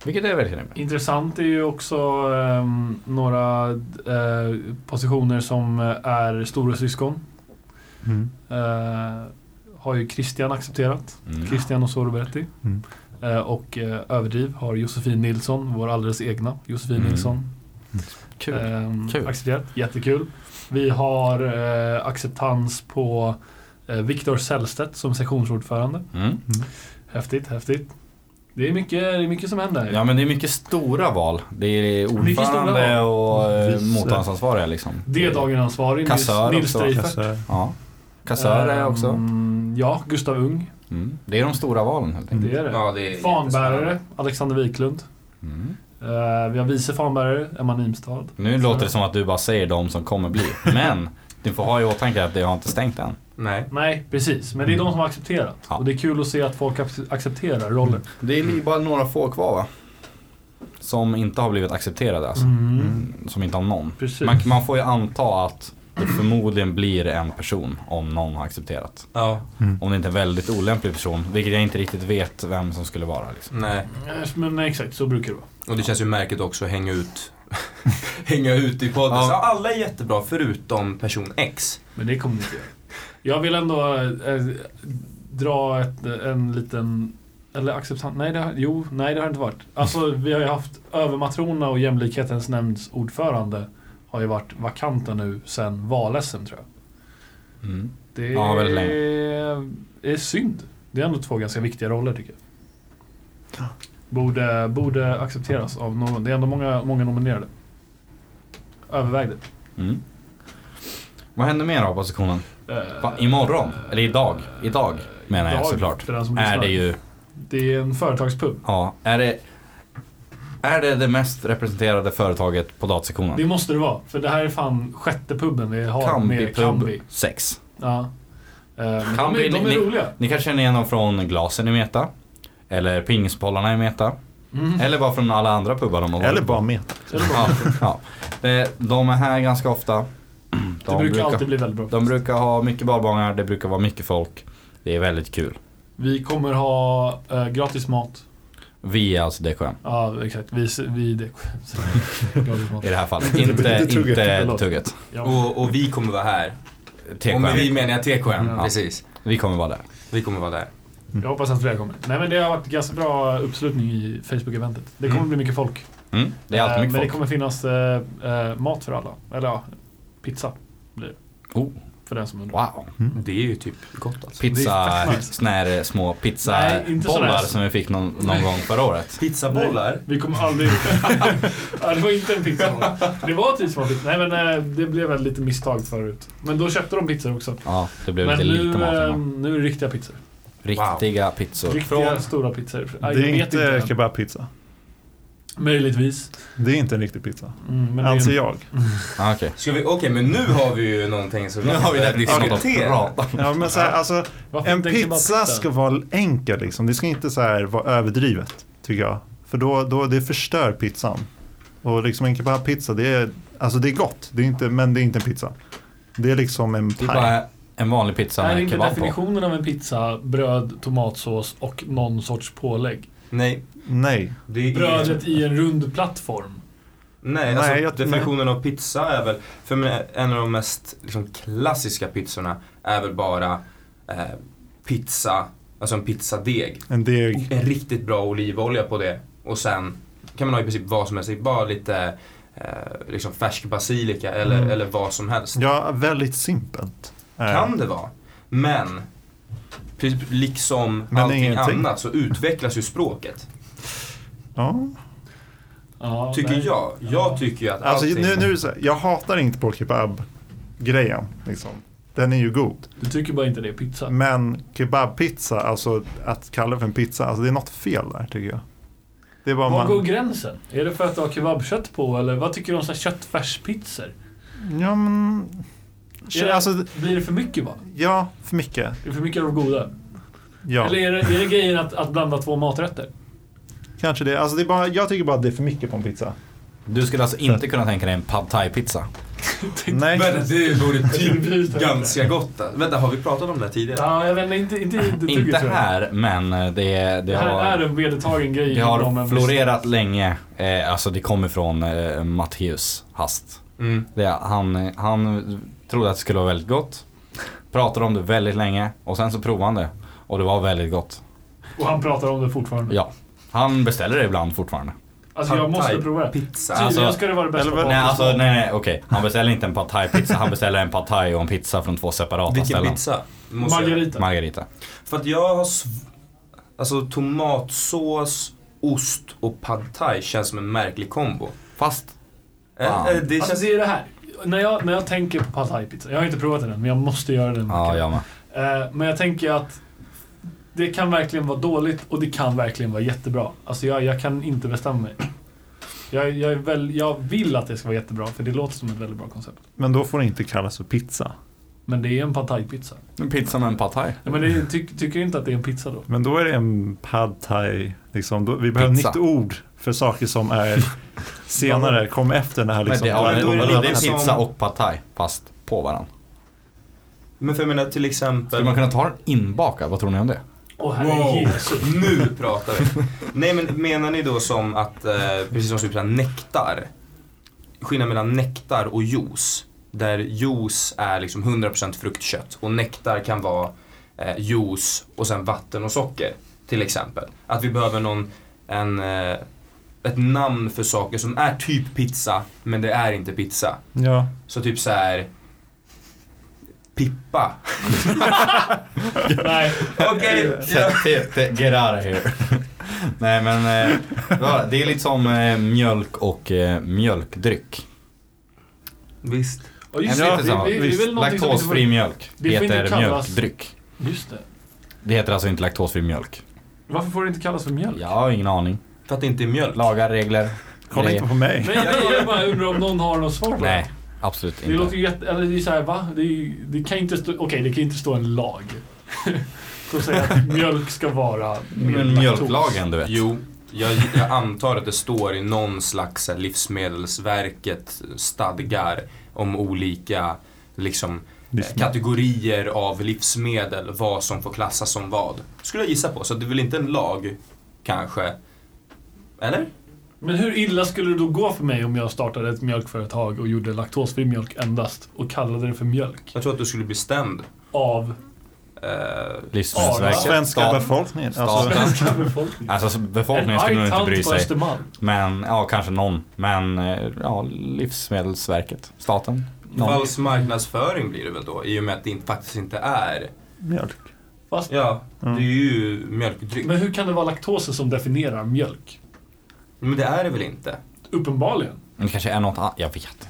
Speaker 5: Vilket är väldigt rimligt.
Speaker 3: Intressant är ju också ehm, några eh, positioner som eh, är stora syskon.
Speaker 1: Mm.
Speaker 3: Eh, har ju Christian accepterat.
Speaker 5: Mm.
Speaker 3: Christian Osoro Beretti.
Speaker 1: Mm.
Speaker 3: Eh, och eh, Överdriv har Josefin Nilsson, vår alldeles egna Josefin
Speaker 5: Mm.
Speaker 3: Nilsson.
Speaker 5: Kul.
Speaker 3: Ehm,
Speaker 5: Kul.
Speaker 3: Accepterat, jättekul. Vi har eh, acceptans på eh, Viktor Sällstedt som sektionsordförande.
Speaker 5: Mm.
Speaker 3: Häftigt, häftigt. Det är mycket, det är mycket som händer.
Speaker 5: Ja men det är mycket stora val. Det är
Speaker 3: Mycket stora
Speaker 5: ordförande och eh,
Speaker 1: Vice.
Speaker 5: motståndsansvariga liksom.
Speaker 3: Det är dagen ansvarig. Nils,
Speaker 5: Kassör
Speaker 3: Nils
Speaker 5: också.
Speaker 3: Dreifert.
Speaker 1: Kassör.
Speaker 5: Ja. Kassörer också.
Speaker 3: Mm, ja, Gustav Ung.
Speaker 5: Mm. Det är de stora valen helt enkelt.
Speaker 3: Det är det.
Speaker 2: Ja, det är
Speaker 3: Fanbärare, Alexander Wiklund.
Speaker 5: Mm.
Speaker 3: Eh, vi har vice fanbärare, Emma Nimstad.
Speaker 5: Nu låter det som att du bara säger de som kommer
Speaker 3: (laughs)
Speaker 5: bli. Men du får ha i åtanke att det har inte stängt än.
Speaker 2: Nej.
Speaker 3: Nej, precis. Men det är de som har accepterat.
Speaker 5: Ja.
Speaker 3: Och det är kul att se att folk ac- accepterar rollen.
Speaker 5: Det är ju bara några få kvar va? Som inte har blivit accepterade alltså. Mm, Som inte har någon.
Speaker 3: Precis.
Speaker 5: Man, man får ju anta att det förmodligen blir en person om någon har accepterat.
Speaker 2: Ja.
Speaker 1: Mm.
Speaker 5: Om det inte är en väldigt olämplig person, vilket jag inte riktigt vet vem som skulle vara. Liksom.
Speaker 2: Nej.
Speaker 3: Eh, Men nej, exakt, så brukar det vara.
Speaker 2: Och det känns ju märkligt också att hänga ut (laughs) hänga ut i podden.
Speaker 5: Ja.
Speaker 2: Så alla är jättebra förutom person X.
Speaker 3: Men det kommer ni inte göra. Jag vill ändå eh, dra ett, eh, en liten... Eller acceptans... Nej, det har, jo, nej, det har inte varit. Alltså, vi har ju haft övermatrona och jämlikhetens nämnds ordförande har ju varit vakanta nu sen val-SM, tror jag.
Speaker 5: Mm.
Speaker 3: Det
Speaker 5: Ja, väldigt länge.
Speaker 3: är, är synd. Det är ändå två ganska viktiga roller tycker jag. Borde, borde accepteras av någon. Det är ändå många, många nominerade. Överväg det.
Speaker 5: Mm. Vad händer mer av positionen?
Speaker 3: Eh,
Speaker 5: Va, imorgon? Eller idag? Idag menar jag
Speaker 3: idag,
Speaker 5: såklart.
Speaker 3: för den som
Speaker 5: Är
Speaker 3: lyssnar.
Speaker 5: det ju,
Speaker 3: Det är en företagspub.
Speaker 5: ja, är det, är det det mest representerade företaget på
Speaker 3: Det
Speaker 5: datasektionen?
Speaker 3: måste det vara. För det här är fan sjätte puben vi har
Speaker 5: Kambi
Speaker 3: med
Speaker 5: Pub
Speaker 3: Kambi.
Speaker 5: 6.
Speaker 3: Ja. Eh, men
Speaker 5: Kambi,
Speaker 3: de är, de
Speaker 5: ni-
Speaker 3: är
Speaker 5: ni-
Speaker 3: roliga.
Speaker 5: Ni kanske känner igen dem från glasen i Meta? Eller pingispollarna i Meta?
Speaker 3: Mm.
Speaker 5: Eller bara från alla andra pubbar de har varit
Speaker 1: Eller
Speaker 5: på.
Speaker 1: bara meta.
Speaker 5: Ja, ja. Eh, De är här ganska ofta. De
Speaker 3: Det brukar alltid bli väldigt bra.
Speaker 5: De brukar ha mycket barbångar, det brukar vara mycket folk. Det är väldigt kul.
Speaker 3: Vi kommer ha eh, gratis mat.
Speaker 5: Vi är alltså DKM
Speaker 3: Ja, exakt. Vi,
Speaker 5: (laughs)
Speaker 3: vi det. gratis mat.
Speaker 5: i det här
Speaker 3: (laughs)
Speaker 5: fallet. Inte,
Speaker 1: Inte Tugget,
Speaker 5: inte
Speaker 3: förlåt.
Speaker 5: Tugget.
Speaker 3: Ja.
Speaker 2: Och, och vi kommer vara här. Och
Speaker 5: TKM.
Speaker 2: med vi
Speaker 5: Vi,
Speaker 2: menar jag TKM.
Speaker 3: Ja.
Speaker 2: Precis.
Speaker 5: kommer vara där.
Speaker 2: Vi kommer vara där.
Speaker 3: Jag hoppas att fler kommer. Nej men det har varit ganska bra uppslutning i Facebook-eventet. Det kommer
Speaker 2: Mm.
Speaker 3: bli mycket folk.
Speaker 5: Mm, det är
Speaker 3: Eh,
Speaker 5: alltid
Speaker 3: Men det
Speaker 5: mycket folk.
Speaker 3: kommer finnas eh, eh, mat för alla. Eller ja, pizza blir det.
Speaker 5: Oh.
Speaker 3: För den som undrar.
Speaker 5: Wow.
Speaker 1: Mm.
Speaker 2: Det är ju typ gott alltså.
Speaker 3: Det
Speaker 5: Pizza,
Speaker 3: är fett nice.
Speaker 5: såna här eh, små
Speaker 3: Nej, inte såna
Speaker 5: pizzabollar
Speaker 3: här-
Speaker 5: som vi fick någon, någon gång förra året.
Speaker 2: Pizzabollar?
Speaker 3: Vi kommer aldrig... (laughs) ja, det var inte en pizza. Det var typ som en pizza. Nej men eh, det blev väl lite misstag förut. Men då köpte de pizzor också.
Speaker 5: Ja, det blev
Speaker 3: Men
Speaker 5: lite
Speaker 3: nu,
Speaker 5: lite mat.
Speaker 3: eh,
Speaker 5: ändå.
Speaker 3: nu är det riktiga pizzor.
Speaker 5: Riktiga pizzor.
Speaker 3: Riktiga
Speaker 5: Från,
Speaker 3: stora pizzor.
Speaker 1: Det
Speaker 3: jag vet
Speaker 1: är inte
Speaker 3: än.
Speaker 1: kebabpizza.
Speaker 3: Möjligtvis.
Speaker 1: Det är inte en riktig pizza.
Speaker 3: Mm, men
Speaker 1: Anser
Speaker 3: det är,
Speaker 1: jag.
Speaker 5: ah, okej.
Speaker 2: Ska vi, okej men nu har vi ju någonting som (laughs)
Speaker 5: Nu har vi det
Speaker 2: diskutera.
Speaker 5: att prata om.
Speaker 1: Ja, men så här, alltså,
Speaker 3: varför
Speaker 1: en
Speaker 3: inte kebabpizza?
Speaker 1: pizza ska vara enkel. Liksom. Det ska inte så här vara överdrivet, tycker jag. För då, då det förstör pizzan. Och liksom en kebabpizza, det är, alltså det är gott, det är inte, men det är inte en pizza. Det är liksom en
Speaker 5: Det är
Speaker 1: paj.
Speaker 5: bara en vanlig pizza
Speaker 3: Är
Speaker 5: med
Speaker 3: inte
Speaker 5: kebab på.
Speaker 3: definitionen av en pizza bröd, tomatsås och någon sorts pålägg?
Speaker 2: Nej.
Speaker 1: Nej.
Speaker 2: Det är
Speaker 3: Brödet i en rund plattform.
Speaker 2: Nej,
Speaker 1: Nej,
Speaker 2: alltså
Speaker 1: jag-
Speaker 2: definitionen av pizza är väl, för mig, en av de mest liksom, klassiska pizzorna är väl bara eh, pizza, alltså en pizzadeg.
Speaker 1: En deg.
Speaker 2: En riktigt bra olivolja på det och sen kan man ha i princip vad som helst, bara lite eh, liksom färsk basilika eller,
Speaker 1: Mm.
Speaker 2: eller vad som helst.
Speaker 1: Ja, väldigt simpelt. Eh,
Speaker 2: Kan det vara, men precis liksom
Speaker 1: Men
Speaker 2: allting
Speaker 1: ingenting.
Speaker 2: annat så utvecklas ju språket.
Speaker 1: Ja.
Speaker 3: Ja,
Speaker 2: Tycker
Speaker 3: nej.
Speaker 2: jag. Jag tycker ju att
Speaker 1: Alltså,
Speaker 2: allting...
Speaker 1: nu, nu, är det så här, jag hatar inte på kebab-grejen. Liksom. Den är ju god.
Speaker 3: Du tycker bara inte det är pizza.
Speaker 1: Men kebabpizza, alltså att kalla det för en pizza, alltså det är något fel där tycker jag. Det är bara
Speaker 3: Var går
Speaker 1: man...
Speaker 3: gränsen? Är det för att du har kebabkött på eller vad tycker du om så här köttfärspizzor?
Speaker 1: Ja, men...
Speaker 3: Är det-
Speaker 1: Alltså,
Speaker 3: Blir det för mycket bara?
Speaker 1: ja, för mycket.
Speaker 3: Är det för mycket av det goda?
Speaker 1: Ja,
Speaker 3: Eller är det, är det grejen att, att blanda två maträtter?
Speaker 1: kanske det. Alltså, det är bara, jag tycker bara att det är för mycket på en pizza.
Speaker 5: Du skulle alltså inte kunna tänka dig en pad thai-pizza?
Speaker 1: Nej,
Speaker 2: Vänta,
Speaker 1: (laughs)
Speaker 2: det vore typ
Speaker 3: Bryta.
Speaker 2: ganska gott. alltså. Vänta, har vi pratat om det här tidigare?
Speaker 3: Ja, jag vet inte. Inte, (laughs) inte, inte, tugget,
Speaker 5: Inte
Speaker 3: tror jag.
Speaker 5: här, men eh, det, det
Speaker 3: Det här är
Speaker 5: har,
Speaker 3: en vedertagen grej.
Speaker 5: det
Speaker 3: inom en
Speaker 5: har
Speaker 3: viss-
Speaker 5: florerat länge. Eh, Alltså det kommer från eh, Matteus Hast.
Speaker 2: Mm.
Speaker 5: Det, han, han trodde att det skulle vara väldigt gott. Pratade om det väldigt länge och sen så provade han det. Och det var väldigt gott.
Speaker 3: Och han pratar om det fortfarande.
Speaker 5: Ja. Han beställer det ibland fortfarande.
Speaker 3: Alltså jag måste
Speaker 2: Thai
Speaker 3: prova det.
Speaker 2: Pizza.
Speaker 1: Typ.
Speaker 5: Alltså-
Speaker 3: Tydligen ska det vara det bästa.
Speaker 5: Nej
Speaker 3: bakelsen.
Speaker 5: alltså nej, nej okej. Han beställer inte en pad thai pizza. Han beställer en pad thai och en pizza från två separata
Speaker 2: Vilken
Speaker 5: ställen.
Speaker 2: pizza? Måste jag-
Speaker 3: Margarita.
Speaker 5: Margarita.
Speaker 2: För att jag har sv- Alltså tomatsås, ost och pad thai känns som en märklig kombo.
Speaker 5: Fast
Speaker 2: Eh, eh, Det
Speaker 3: Alltså
Speaker 2: känns...
Speaker 3: det är det här. När jag, när jag tänker på pad thai pizza, jag har inte provat den än men jag måste göra den.
Speaker 5: Ja, jag med.
Speaker 3: Eh, men jag tänker att det kan verkligen vara dåligt och det kan verkligen vara jättebra. Alltså jag, jag kan inte bestämma mig. Jag, jag, är väl, jag vill att det ska vara jättebra för det låter som ett väldigt bra koncept.
Speaker 1: Men då får det inte kallas för pizza.
Speaker 3: Men det är en pad thai pizza.
Speaker 5: En pizza med en pad thai.
Speaker 3: Ja, men det, ty, tycker inte att det är en pizza då?
Speaker 1: Men då är det en pad thai. Liksom. Då, vi behöver
Speaker 5: Pizza.
Speaker 1: nytt ord för saker som
Speaker 3: (laughs)
Speaker 1: är senare, kom efter när här
Speaker 5: Men
Speaker 1: liksom.
Speaker 5: det, ja, men,
Speaker 2: då är det
Speaker 5: vadå, det är
Speaker 2: lite som-
Speaker 5: pizza och pad thai, fast på varandra.
Speaker 2: Men för jag menar till exempel...
Speaker 5: Skulle man kunna ta den inbakad? Vad tror ni om (laughs) det?
Speaker 3: Åh
Speaker 2: Wow.
Speaker 3: herregud.
Speaker 2: alltså, Nu pratar vi. Nej men menar ni då som att, eh, precis som typ så här nektar. Skillnad mellan nektar och juice. Där juice är liksom 100% fruktkött och nektar kan vara eh, juice och sen vatten och socker. Till exempel. Att vi behöver någon, en, eh, ett namn för saker som är typ pizza men det är inte pizza.
Speaker 1: Ja.
Speaker 2: Så typ så här. Pippa.
Speaker 3: Nej.
Speaker 2: Okej.
Speaker 5: Get out of here. (laughs) Nej men, eh, vad- det är lite som eh, mjölk och eh, mjölkdryck.
Speaker 2: Visst.
Speaker 3: Och
Speaker 5: Är
Speaker 3: just
Speaker 5: det
Speaker 3: det,
Speaker 5: inte
Speaker 3: det,
Speaker 5: samma?
Speaker 3: det, det är väl någonting som inte
Speaker 5: Laktosfri
Speaker 3: får...
Speaker 5: mjölk
Speaker 3: det får inte
Speaker 5: heter
Speaker 3: kallas-
Speaker 5: mjölkdryck.
Speaker 3: Just det.
Speaker 5: Det heter alltså inte laktosfri mjölk.
Speaker 3: Varför får det inte kallas för mjölk?
Speaker 5: Jag har ingen aning.
Speaker 2: För att det inte är mjölk.
Speaker 5: Lagar, regler.
Speaker 1: Kolla
Speaker 5: grejer.
Speaker 1: inte på mig.
Speaker 3: Nej, jag, jag bara undrar om någon har något svar på
Speaker 5: Nej, absolut
Speaker 3: det. Det låter
Speaker 5: inte.
Speaker 3: ju jätte... Eller det är såhär, va? Det, är, ju- det kan ju inte stå... Okej, det kan ju inte stå en lag. (laughs) Som säger att mjölk ska vara... med
Speaker 5: Men
Speaker 3: laktos.
Speaker 5: mjölklagen du vet.
Speaker 2: Jo, jag, jag antar att det står i någon slags så här Livsmedelsverket stadgar om olika liksom, eh, kategorier av livsmedel, vad som får klassas som vad. Skulle jag gissa på, så det är väl inte en lag kanske? Eller?
Speaker 3: Men hur illa skulle det då gå för mig om jag startade ett mjölkföretag och gjorde laktosfri mjölk endast och kallade det för mjölk?
Speaker 2: Jag tror att du skulle bli stämd.
Speaker 5: (laughs)
Speaker 3: Av
Speaker 2: Eh,
Speaker 5: Livsmedelsverket.
Speaker 1: Svenska
Speaker 5: Staten.
Speaker 1: befolkningen. Alltså,
Speaker 5: Staten.
Speaker 3: svenska
Speaker 5: (laughs)
Speaker 3: befolkningen.
Speaker 5: Alltså befolkningen
Speaker 3: En
Speaker 5: skulle nog
Speaker 3: arg
Speaker 5: inte
Speaker 3: tant
Speaker 5: bry
Speaker 3: på
Speaker 5: sig.
Speaker 3: Östermalm.
Speaker 5: Men, ja kanske någon. Men, eh, ja Livsmedelsverket. Staten. Någon.
Speaker 2: falsk marknadsföring blir det väl då, i och med att det inte, faktiskt inte är.
Speaker 1: mjölk.
Speaker 3: Fast,
Speaker 2: Ja,
Speaker 1: Mm.
Speaker 2: det är ju mjölkdryck.
Speaker 3: Men hur kan det vara laktosen som definierar mjölk?
Speaker 2: Men det är det väl inte?
Speaker 3: Uppenbarligen.
Speaker 5: Men det kanske är något annat. Jag vet
Speaker 3: Typ.
Speaker 5: inte.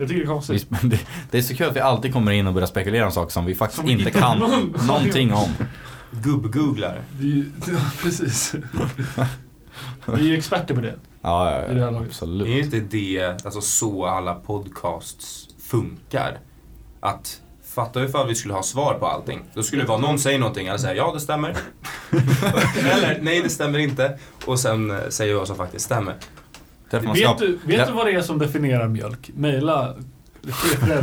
Speaker 3: Jag tycker det är konstigt.
Speaker 5: Vi- Det, det är så kul att vi alltid kommer in och börjar spekulera om saker som vi faktiskt
Speaker 3: Som
Speaker 5: inte
Speaker 3: inte
Speaker 5: kan
Speaker 3: någon-
Speaker 5: någonting om.
Speaker 2: Gubb-googlar.
Speaker 3: Det är ju- (laughs) Ja,
Speaker 5: (laughs)
Speaker 3: precis. Vi är ju experter på det.
Speaker 5: Ja, ja,
Speaker 3: I det här
Speaker 5: ja
Speaker 3: laget.
Speaker 5: absolut.
Speaker 2: Det är ju inte det, alltså så alla podcasts funkar. Att fatta ifall vi skulle ha svar på allting. Då skulle det vara någon säger någonting, alla säger ja det
Speaker 5: (laughs)
Speaker 2: stämmer. Eller nej det stämmer inte. Och sen eh, säger vi vad som faktiskt stämmer.
Speaker 5: Därför man ska-
Speaker 3: Vet, du, vet
Speaker 5: Ja.
Speaker 3: du vad det är som definierar mjölk? Mejla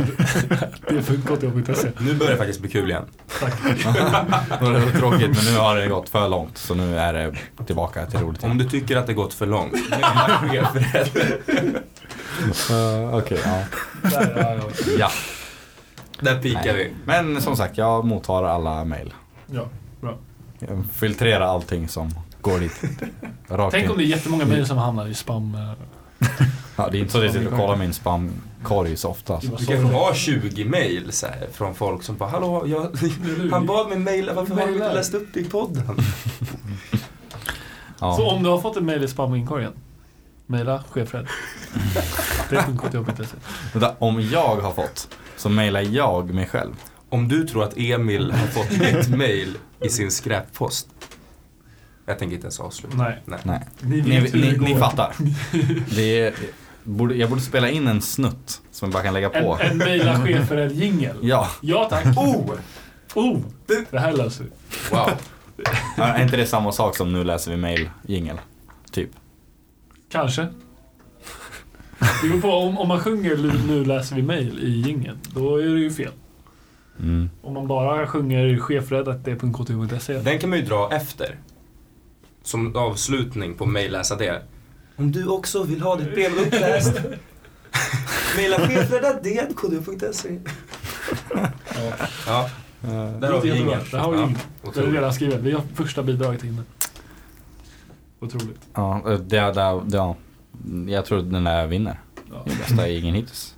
Speaker 3: (laughs) chefred.ktjobby.se.
Speaker 2: Nu börjar det faktiskt bli kul igen.
Speaker 3: Tack.
Speaker 5: Det var tråkigt men nu har det gått för långt så nu är det tillbaka till roligt.
Speaker 2: Om
Speaker 5: igen.
Speaker 2: du tycker att det gått för
Speaker 5: (laughs)
Speaker 2: långt. nu är det chefred.
Speaker 5: Eh, Okej, ja.
Speaker 3: Där, ja, ja.
Speaker 5: ja.
Speaker 2: Där pikar vi.
Speaker 5: Nej. Men som sagt, jag mottar alla mejl.
Speaker 3: ja. Bra.
Speaker 5: Jag filtrerar allting som går
Speaker 3: (laughs)
Speaker 5: dit. Rakt
Speaker 3: Tänk
Speaker 5: in.
Speaker 3: om det är jättemånga mejl som hamnar i spam. eh,
Speaker 5: Ja, det är inte så att jag sitter och kollar min spamkorg så ofta.
Speaker 3: i
Speaker 5: Alltså.
Speaker 3: vad
Speaker 2: Du
Speaker 3: som-
Speaker 2: kanske har 20 mail så här, från folk som bara hallå, jag,
Speaker 5: (laughs)
Speaker 2: han bad mig mejla, varför har du inte läst upp det i podden?
Speaker 3: Så
Speaker 5: Ja.
Speaker 3: om du har fått ett mejl i spaminkorgen, mejla chefred. (laughs) Det är ktjobby.se.
Speaker 5: Vänta, Om jag har fått så mejlar jag mig själv.
Speaker 2: Om du tror att Emil har fått
Speaker 3: (laughs)
Speaker 2: ett mail i sin skräppost. Jag tänker inte ens avsluta.
Speaker 3: Nej,
Speaker 2: Nej.
Speaker 5: Nej.
Speaker 3: ni vet
Speaker 5: Ni,
Speaker 3: hur det
Speaker 5: ni, ni
Speaker 3: går. (laughs)
Speaker 5: fattar. Det är, borde, jag borde spela in en snutt som jag bara kan lägga
Speaker 3: En,
Speaker 5: på.
Speaker 3: en mejla chefred-jingel.
Speaker 5: Ja, (laughs)
Speaker 3: Ja tack.
Speaker 2: Oh!
Speaker 3: Oh! Det här löser vi.
Speaker 2: Wow.
Speaker 5: är inte det samma sak som nu läser vi mejl jingel? Typ.
Speaker 3: Kanske. Det beror på, om, om man sjunger lu- Nu läser vi mejl i jingeln, då är det ju fel.
Speaker 5: Mm.
Speaker 3: Om man bara sjunger chefredat.kt.se.
Speaker 2: Den kan man ju dra efter. Som avslutning på mejlläsa det. Om du också vill ha ditt brev
Speaker 3: (laughs)
Speaker 2: uppläst. Mejla chefredadet.kdu.se Ja, där har vi
Speaker 3: Jättebra.
Speaker 2: ingen.
Speaker 3: Där har vi ingen. Det är
Speaker 2: otroligt.
Speaker 3: redan skrivet. Vi har första bidraget inne. Otroligt.
Speaker 5: eh, Ja, det, det, det, ja, jag tror den där vinner.
Speaker 3: Ja.
Speaker 5: Det bästa är ingen hittills.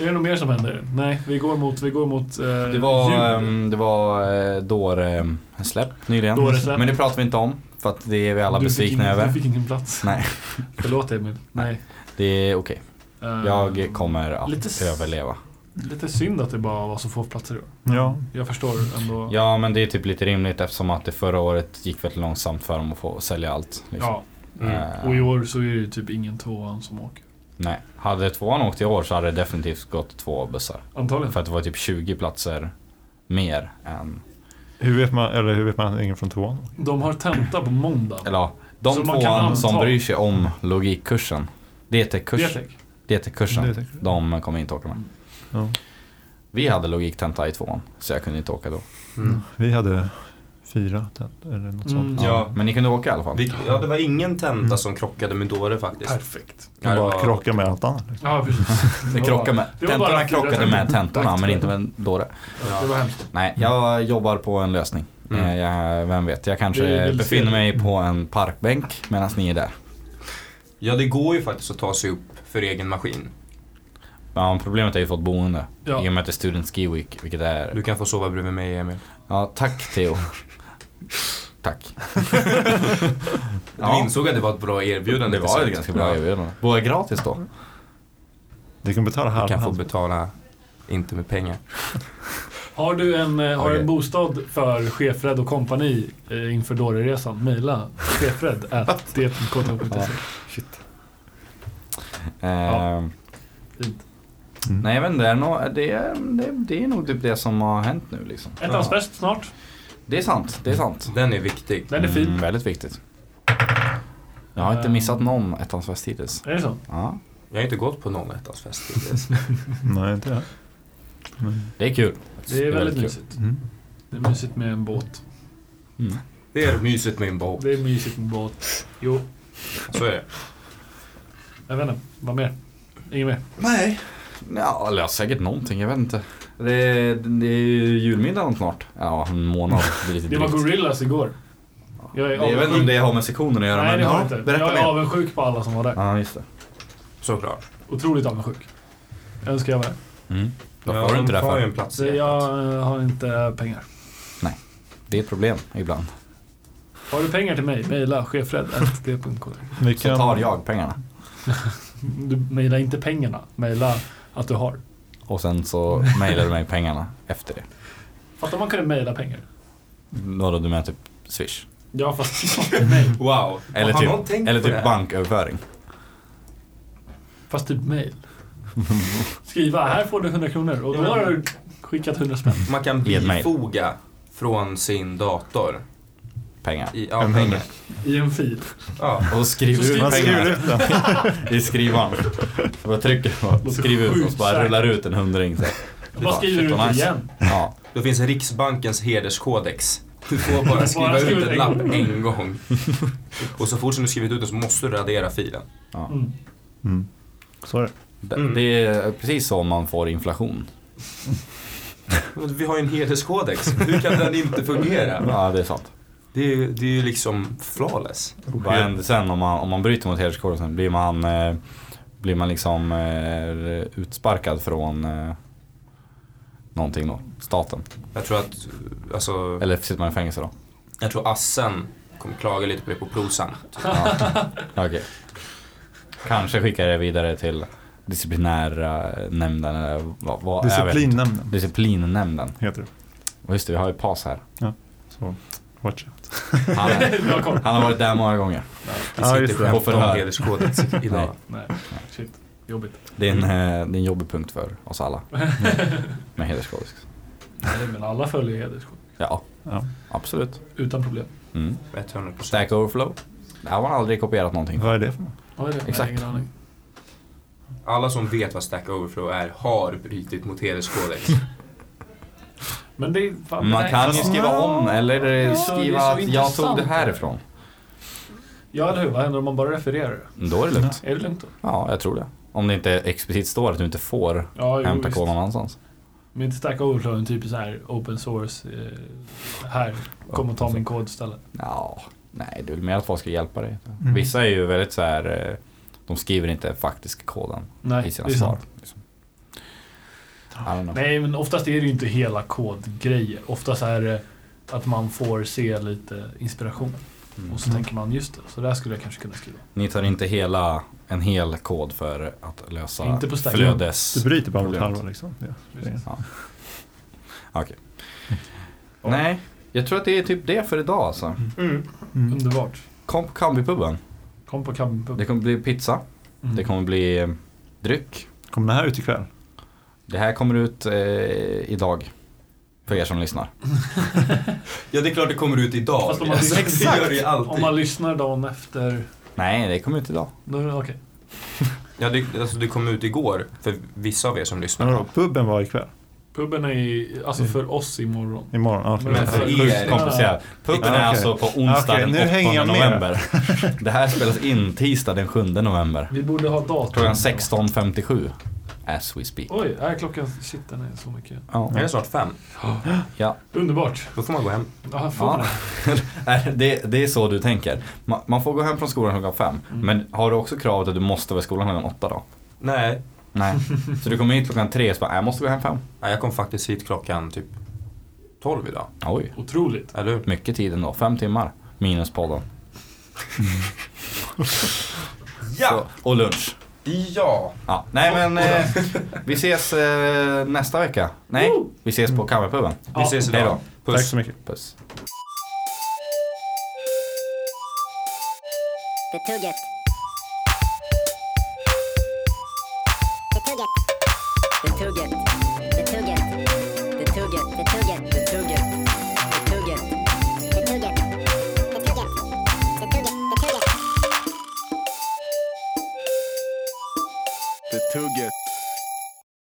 Speaker 3: Är det något mer som händer? Nej, vi går mot, vi går mot eh,
Speaker 5: Det var,
Speaker 3: jul.
Speaker 5: ehm, det var eh, dåre-släpp nyligen.
Speaker 3: Dåresläpp.
Speaker 5: Men det pratar vi inte om. För att det är vi alla
Speaker 3: Du fick
Speaker 5: besvikna
Speaker 3: ingen-
Speaker 5: över.
Speaker 3: Du fick ingen plats.
Speaker 5: Nej,
Speaker 3: (laughs) Förlåt Emil. Nej.
Speaker 5: det är okej.
Speaker 3: Eh,
Speaker 5: Jag kommer att
Speaker 3: lite s-
Speaker 5: överleva.
Speaker 3: Lite synd att det bara var så få platser i år.
Speaker 1: Ja,
Speaker 3: Jag förstår ändå.
Speaker 5: Ja, men det är typ lite rimligt eftersom att det förra året gick väldigt långsamt för dem att få sälja allt. Liksom.
Speaker 3: Ja, Mm.
Speaker 5: Eh,
Speaker 2: Mm.
Speaker 3: och i år så är det ju typ ingen tvåan som åker.
Speaker 5: Nej, hade tvåan åkt i år så hade det definitivt gått två bussar.
Speaker 3: Antagligen.
Speaker 5: För att det var typ 20 platser mer än...
Speaker 1: hur vet man, eller hur vet man att ingen från tvåan?
Speaker 3: De har tenta på måndag.
Speaker 5: Eller ja, de
Speaker 3: Så man kan
Speaker 5: tvåan
Speaker 3: anta.
Speaker 5: som bryr sig om logikkursen. DT-kurs,
Speaker 3: Dietek.
Speaker 5: DT-kursen.
Speaker 1: Det-
Speaker 5: De kommer inte åka med.
Speaker 1: Ja.
Speaker 5: Vi hade logiktenta i tvåan, så jag kunde inte åka då.
Speaker 1: Mm.
Speaker 2: Mm.
Speaker 1: Vi hade fyra tält, eller något
Speaker 3: Mm.
Speaker 1: sånt.
Speaker 2: Ja.
Speaker 5: Men ni kunde åka i alla fall.
Speaker 2: Vi, ja, det var ingen tenta som krockade med dåre faktiskt.
Speaker 3: Perfekt.
Speaker 2: Ja, Mm. det
Speaker 1: Man bara
Speaker 2: var-
Speaker 1: krocka med allt annat. liksom.
Speaker 3: Ja, precis.
Speaker 5: Det krockade med,
Speaker 3: det var bara
Speaker 5: tentorna
Speaker 3: fyra
Speaker 5: krockade med
Speaker 3: tentor.
Speaker 5: tentorna, men inte med en dåre.
Speaker 3: Ja, Det var hemskt.
Speaker 5: Nej, jag jobbar på en lösning.
Speaker 2: Mm.
Speaker 5: Eh, Jag, vem vet, jag kanske
Speaker 3: Vi vill se
Speaker 5: befinner
Speaker 3: det.
Speaker 5: mig på en parkbänk medan ni är där.
Speaker 2: Ja, det går ju faktiskt att ta sig upp för egen maskin.
Speaker 5: Ja, problemet är ju fått boende.
Speaker 3: Ja.
Speaker 5: I och med att det är Student Ski Week, vilket är...
Speaker 2: Du kan få sova bredvid mig Emil.
Speaker 5: Ja, tack Theo. tack.
Speaker 2: Du
Speaker 5: Ja.
Speaker 2: insåg att det var ett bra erbjudande.
Speaker 5: Det var
Speaker 2: till
Speaker 5: ett
Speaker 2: slut.
Speaker 5: ganska bra
Speaker 2: Ja.
Speaker 5: erbjudande. Både gratis då.
Speaker 1: Du kan betala
Speaker 2: Du kan få
Speaker 1: halva.
Speaker 2: betala, inte med pengar.
Speaker 3: Har du en, eh, har du
Speaker 5: Okej.
Speaker 3: en bostad för Chefred och kompani eh, inför Dåreresan? Mejla (laughs) chefred at det.kth.se.
Speaker 5: Ehm,
Speaker 3: Fint.
Speaker 1: Mm.
Speaker 5: Nej, jag vet inte. Det är, nog, det, är, det, det är nog typ det som har hänt nu liksom.
Speaker 3: Ettans fest snart.
Speaker 5: Det är sant, det är sant.
Speaker 2: Den är viktig.
Speaker 3: Den är fin.
Speaker 5: Mm, väldigt viktigt. Jag har inte
Speaker 3: Ehm.
Speaker 5: missat någon ettans fest hittills.
Speaker 3: Är det så?
Speaker 5: Ja,
Speaker 2: Jag har inte gått på någon ettans fest hittills.
Speaker 1: Nej, inte jag. Men,
Speaker 5: det är kul.
Speaker 3: Det är väldigt
Speaker 5: kul.
Speaker 3: mysigt.
Speaker 1: mm.
Speaker 3: Det är mysigt med en båt.
Speaker 5: Mm.
Speaker 2: Det är mysigt med en båt.
Speaker 3: Det är mysigt med en båt. Jo,
Speaker 2: Så är det.
Speaker 3: jag vet inte. Vad mer? Inget mer?
Speaker 5: Nej. Ja, eller jag har säkert någonting, jag vet inte. Det, det är ju julmiddagen snart. Ja, en (laughs) månad. Det är lite
Speaker 3: Det var
Speaker 5: drygt.
Speaker 3: Gorillas igår. Jag är
Speaker 5: Det- Jag vet inte om
Speaker 3: avundsjuk.
Speaker 5: det har med sektionen att göra,
Speaker 3: Nej,
Speaker 5: men
Speaker 3: det har
Speaker 5: ja,
Speaker 3: jag inte. Men
Speaker 5: berätta
Speaker 3: Jag är
Speaker 5: mer.
Speaker 3: avundsjuk på alla som var där.
Speaker 5: Ja, just det.
Speaker 2: Såklart.
Speaker 3: Otroligt avundsjuk. Jag önskar jag var där.
Speaker 5: Mm. Varför
Speaker 2: Ja,
Speaker 5: var du inte
Speaker 2: de
Speaker 5: där
Speaker 2: tar ju
Speaker 5: för?
Speaker 2: en plats
Speaker 3: Så
Speaker 2: i
Speaker 3: jag
Speaker 2: hjärtat.
Speaker 3: eh, har inte pengar.
Speaker 5: Det är ett problem ibland.
Speaker 3: Har du pengar till mig? Mejla chefred.d.kr.
Speaker 1: Vi
Speaker 5: Så
Speaker 1: kan,
Speaker 5: tar jag pengarna.
Speaker 3: Du mejla inte pengarna. Mejla att du har.
Speaker 5: Och sen (laughs) så mejlar du mig pengarna efter det.
Speaker 3: Fattar om man kunde mejla pengar.
Speaker 5: Då du med typ swish?
Speaker 3: Ja, (laughs) fast mejl.
Speaker 2: Wow.
Speaker 5: Eller
Speaker 2: Har någon
Speaker 5: typ,
Speaker 2: tänkt
Speaker 5: eller
Speaker 2: på det
Speaker 5: typ
Speaker 2: här?
Speaker 5: banköverföring.
Speaker 3: Fast typ mejl. Skriva, här får du 100 kronor. Och då har du skickat 100 spänn.
Speaker 2: Man kan
Speaker 5: I ett mail.
Speaker 2: bifoga från sin dator.
Speaker 5: Pengar.
Speaker 2: I, ja,
Speaker 1: En
Speaker 2: pengar.
Speaker 3: I en fil.
Speaker 2: Ja.
Speaker 5: Och då skriver
Speaker 3: Så
Speaker 5: du
Speaker 1: man
Speaker 5: ut
Speaker 1: skriver
Speaker 5: pengarna
Speaker 1: ut den.
Speaker 5: i skrivaren. (laughs) Så bara trycker på,
Speaker 3: Låter
Speaker 5: skriv ut och så
Speaker 3: Alltså, sjukt
Speaker 5: bara
Speaker 3: säkert.
Speaker 5: rullar ut en hundring. så här.
Speaker 3: Vad skriver
Speaker 5: shit,
Speaker 3: du
Speaker 5: vad
Speaker 3: ut
Speaker 5: nice. (laughs)
Speaker 3: igen?
Speaker 5: Ja.
Speaker 2: Då finns Riksbankens hederskodex. Du får (laughs) bara skriva
Speaker 3: skriva
Speaker 2: ut
Speaker 3: en
Speaker 2: en lapp
Speaker 3: gång.
Speaker 2: en gång. Och så fort som du skrivit ut den så måste du radera filen.
Speaker 3: Mm.
Speaker 1: Mm. Så är det.
Speaker 5: Det,
Speaker 2: Mm.
Speaker 5: det är precis så man får inflation.
Speaker 2: Men Vi har ju en hederskodex. Hur kan den inte fungera?
Speaker 5: Ja, det är sant.
Speaker 2: Det är ju det är ju liksom flawless.
Speaker 5: Vad händer sen om man, om man bryter mot hederskoden? Blir man, eh, blir man liksom eh, utsparkad från eh, någonting då? Staten?
Speaker 2: Jag tror att, alltså,
Speaker 5: Eller sitter man i fängelse då?
Speaker 2: jag tror assen kommer klaga lite på det på prosan.
Speaker 5: Ja. Okej. Kanske skickar det vidare till disciplinära nämnden eller vad, vad jag vet inte.
Speaker 1: Disciplinnämnden
Speaker 5: Disciplinnämnden.
Speaker 1: heter det.
Speaker 5: Och just det, vi har ju PAS här.
Speaker 1: Så, watch out.
Speaker 5: Han, är,
Speaker 3: Bra koll.
Speaker 5: han har varit där många gånger.
Speaker 2: Vi
Speaker 1: Ja,
Speaker 2: sitter
Speaker 1: just
Speaker 2: och
Speaker 1: det.
Speaker 5: På
Speaker 2: skämtar om
Speaker 5: förhör.
Speaker 2: hederskodex idag.
Speaker 3: Nej, shit. Jobbigt.
Speaker 5: Det är en, eh, det är en jobbig punkt för oss alla. Med- Med hederskodex.
Speaker 3: Nej, men alla följer hederskod.
Speaker 5: Ja,
Speaker 1: Ja.
Speaker 5: absolut.
Speaker 3: Utan problem.
Speaker 5: Mm.
Speaker 2: 100%.
Speaker 5: Stack Overflow. Där har man aldrig kopierat någonting.
Speaker 1: Vad är det för något?
Speaker 3: Vad är det?
Speaker 5: Exakt.
Speaker 3: Nej, ingen aning.
Speaker 2: Alla som vet vad Stack Overflow är har brutit mot hederskodex.
Speaker 3: Men det är fan,
Speaker 5: Man
Speaker 3: nej. alltså,
Speaker 5: kan ju skriva om eller
Speaker 3: så- det är
Speaker 5: skriva
Speaker 3: så
Speaker 5: att jag
Speaker 3: intressant.
Speaker 5: tog det härifrån.
Speaker 3: Ja, eller hur? Vad händer om man bara refererar det?
Speaker 5: Då är det lugnt.
Speaker 3: Är det lugnt då?
Speaker 5: Ja, jag tror det. Om det inte explicit står att du inte får
Speaker 3: Ja,
Speaker 5: hämta
Speaker 3: visst.
Speaker 5: kod någon annanstans.
Speaker 3: Men inte Stack Overflow är en typisk så här open source. Eh, här, kom och ta min kod istället.
Speaker 5: Ja, nej, det är väl mer att folk ska hjälpa dig.
Speaker 3: Mm.
Speaker 5: Vissa är ju väldigt så här, eh, de skriver inte faktiskt koden
Speaker 3: Nej,
Speaker 5: i
Speaker 3: det
Speaker 5: sina
Speaker 3: är
Speaker 5: svar.
Speaker 3: sant.
Speaker 5: liksom. I don't know.
Speaker 3: Nej, men oftast är det ju inte hela kodgrejer. Oftast är det att man får se lite inspiration. Och så tänker man, just det, så där skulle jag kanske kunna skriva.
Speaker 5: Mm. Ni tar inte hela, en hel kod för att lösa
Speaker 3: Inte på stacken.
Speaker 1: Du
Speaker 5: flödes...
Speaker 1: bryter bara mot
Speaker 5: Problemet.
Speaker 1: halva liksom. Ja.
Speaker 5: Ja. Okej. Nej, jag tror att det är typ det för idag alltså.
Speaker 1: Mm.
Speaker 3: Underbart.
Speaker 5: Kom på Kambipuben.
Speaker 3: Kom på kamp.
Speaker 5: Det kommer bli pizza,
Speaker 3: Mm.
Speaker 5: det kommer bli eh, dryck.
Speaker 1: Kommer den här ut ikväll?
Speaker 5: Det här kommer ut eh, idag. För er som lyssnar.
Speaker 2: Ja det är klart det kommer ut idag.
Speaker 3: Fast om man-
Speaker 2: Alltså, det
Speaker 3: Exakt.
Speaker 2: gör det ju
Speaker 3: Om
Speaker 2: alltid.
Speaker 3: man lyssnar dagen efter,
Speaker 5: Nej, det kommer ut idag.
Speaker 3: då är det okej.
Speaker 2: Ja, det, alltså, det kom ut igår för vissa av er som
Speaker 1: Men
Speaker 2: lyssnar.
Speaker 1: vadå, puben var ikväll?
Speaker 3: Puben är i, alltså för oss imorgon.
Speaker 1: Imorgon? Ja,
Speaker 3: Men
Speaker 1: okej.
Speaker 2: för
Speaker 5: För
Speaker 2: er-
Speaker 5: er komplicerat. Puben är
Speaker 1: Okej.
Speaker 5: alltså på onsdag
Speaker 1: Okej,
Speaker 5: den
Speaker 1: nu hänger
Speaker 5: 8
Speaker 1: jag med.
Speaker 5: november.
Speaker 1: (laughs)
Speaker 5: Det här spelas in tisdag den 7 november.
Speaker 3: Vi borde ha datum.
Speaker 5: Klockan 16.57. As we speak.
Speaker 3: Oj, är klockan, shit den är så mycket.
Speaker 5: Ja.
Speaker 2: Det är snart fem.
Speaker 5: Ja.
Speaker 3: Underbart.
Speaker 2: Då får man gå hem.
Speaker 3: Ja, här får
Speaker 5: Ja. (laughs)
Speaker 3: man.
Speaker 5: Nej, det, det är så du tänker. Man, man får gå hem från skolan klockan fem.
Speaker 1: Mm.
Speaker 5: Men har du också kravet att du måste vara i skolan klockan åtta då?
Speaker 2: Nej.
Speaker 5: Nej. (laughs) Så du kommer hit klockan tre och så bara, "Äh, jag måste gå hem fem.
Speaker 2: Nej, jag kom faktiskt hit klockan typ 12 idag.
Speaker 5: Oj,
Speaker 3: Otroligt.
Speaker 2: Eller hur?
Speaker 5: mycket tid ändå. Fem timmar. Minus podden.
Speaker 2: Ja!
Speaker 5: Och lunch.
Speaker 2: Ja!
Speaker 5: Ja. Nej men eh, vi ses eh, nästa vecka. Nej, vi ses på Kammarpuben.
Speaker 2: Vi ses
Speaker 5: Hej
Speaker 2: idag.
Speaker 5: då.
Speaker 1: Tack så mycket.
Speaker 5: Puss.
Speaker 4: The Tugget. The Tugget. The Tugget. The Tugget. The Tugget. The Tugget. The Tugget. The Tugget. The Tugget. The Tugget. The Tugget. The Tugget.
Speaker 7: The Tugget.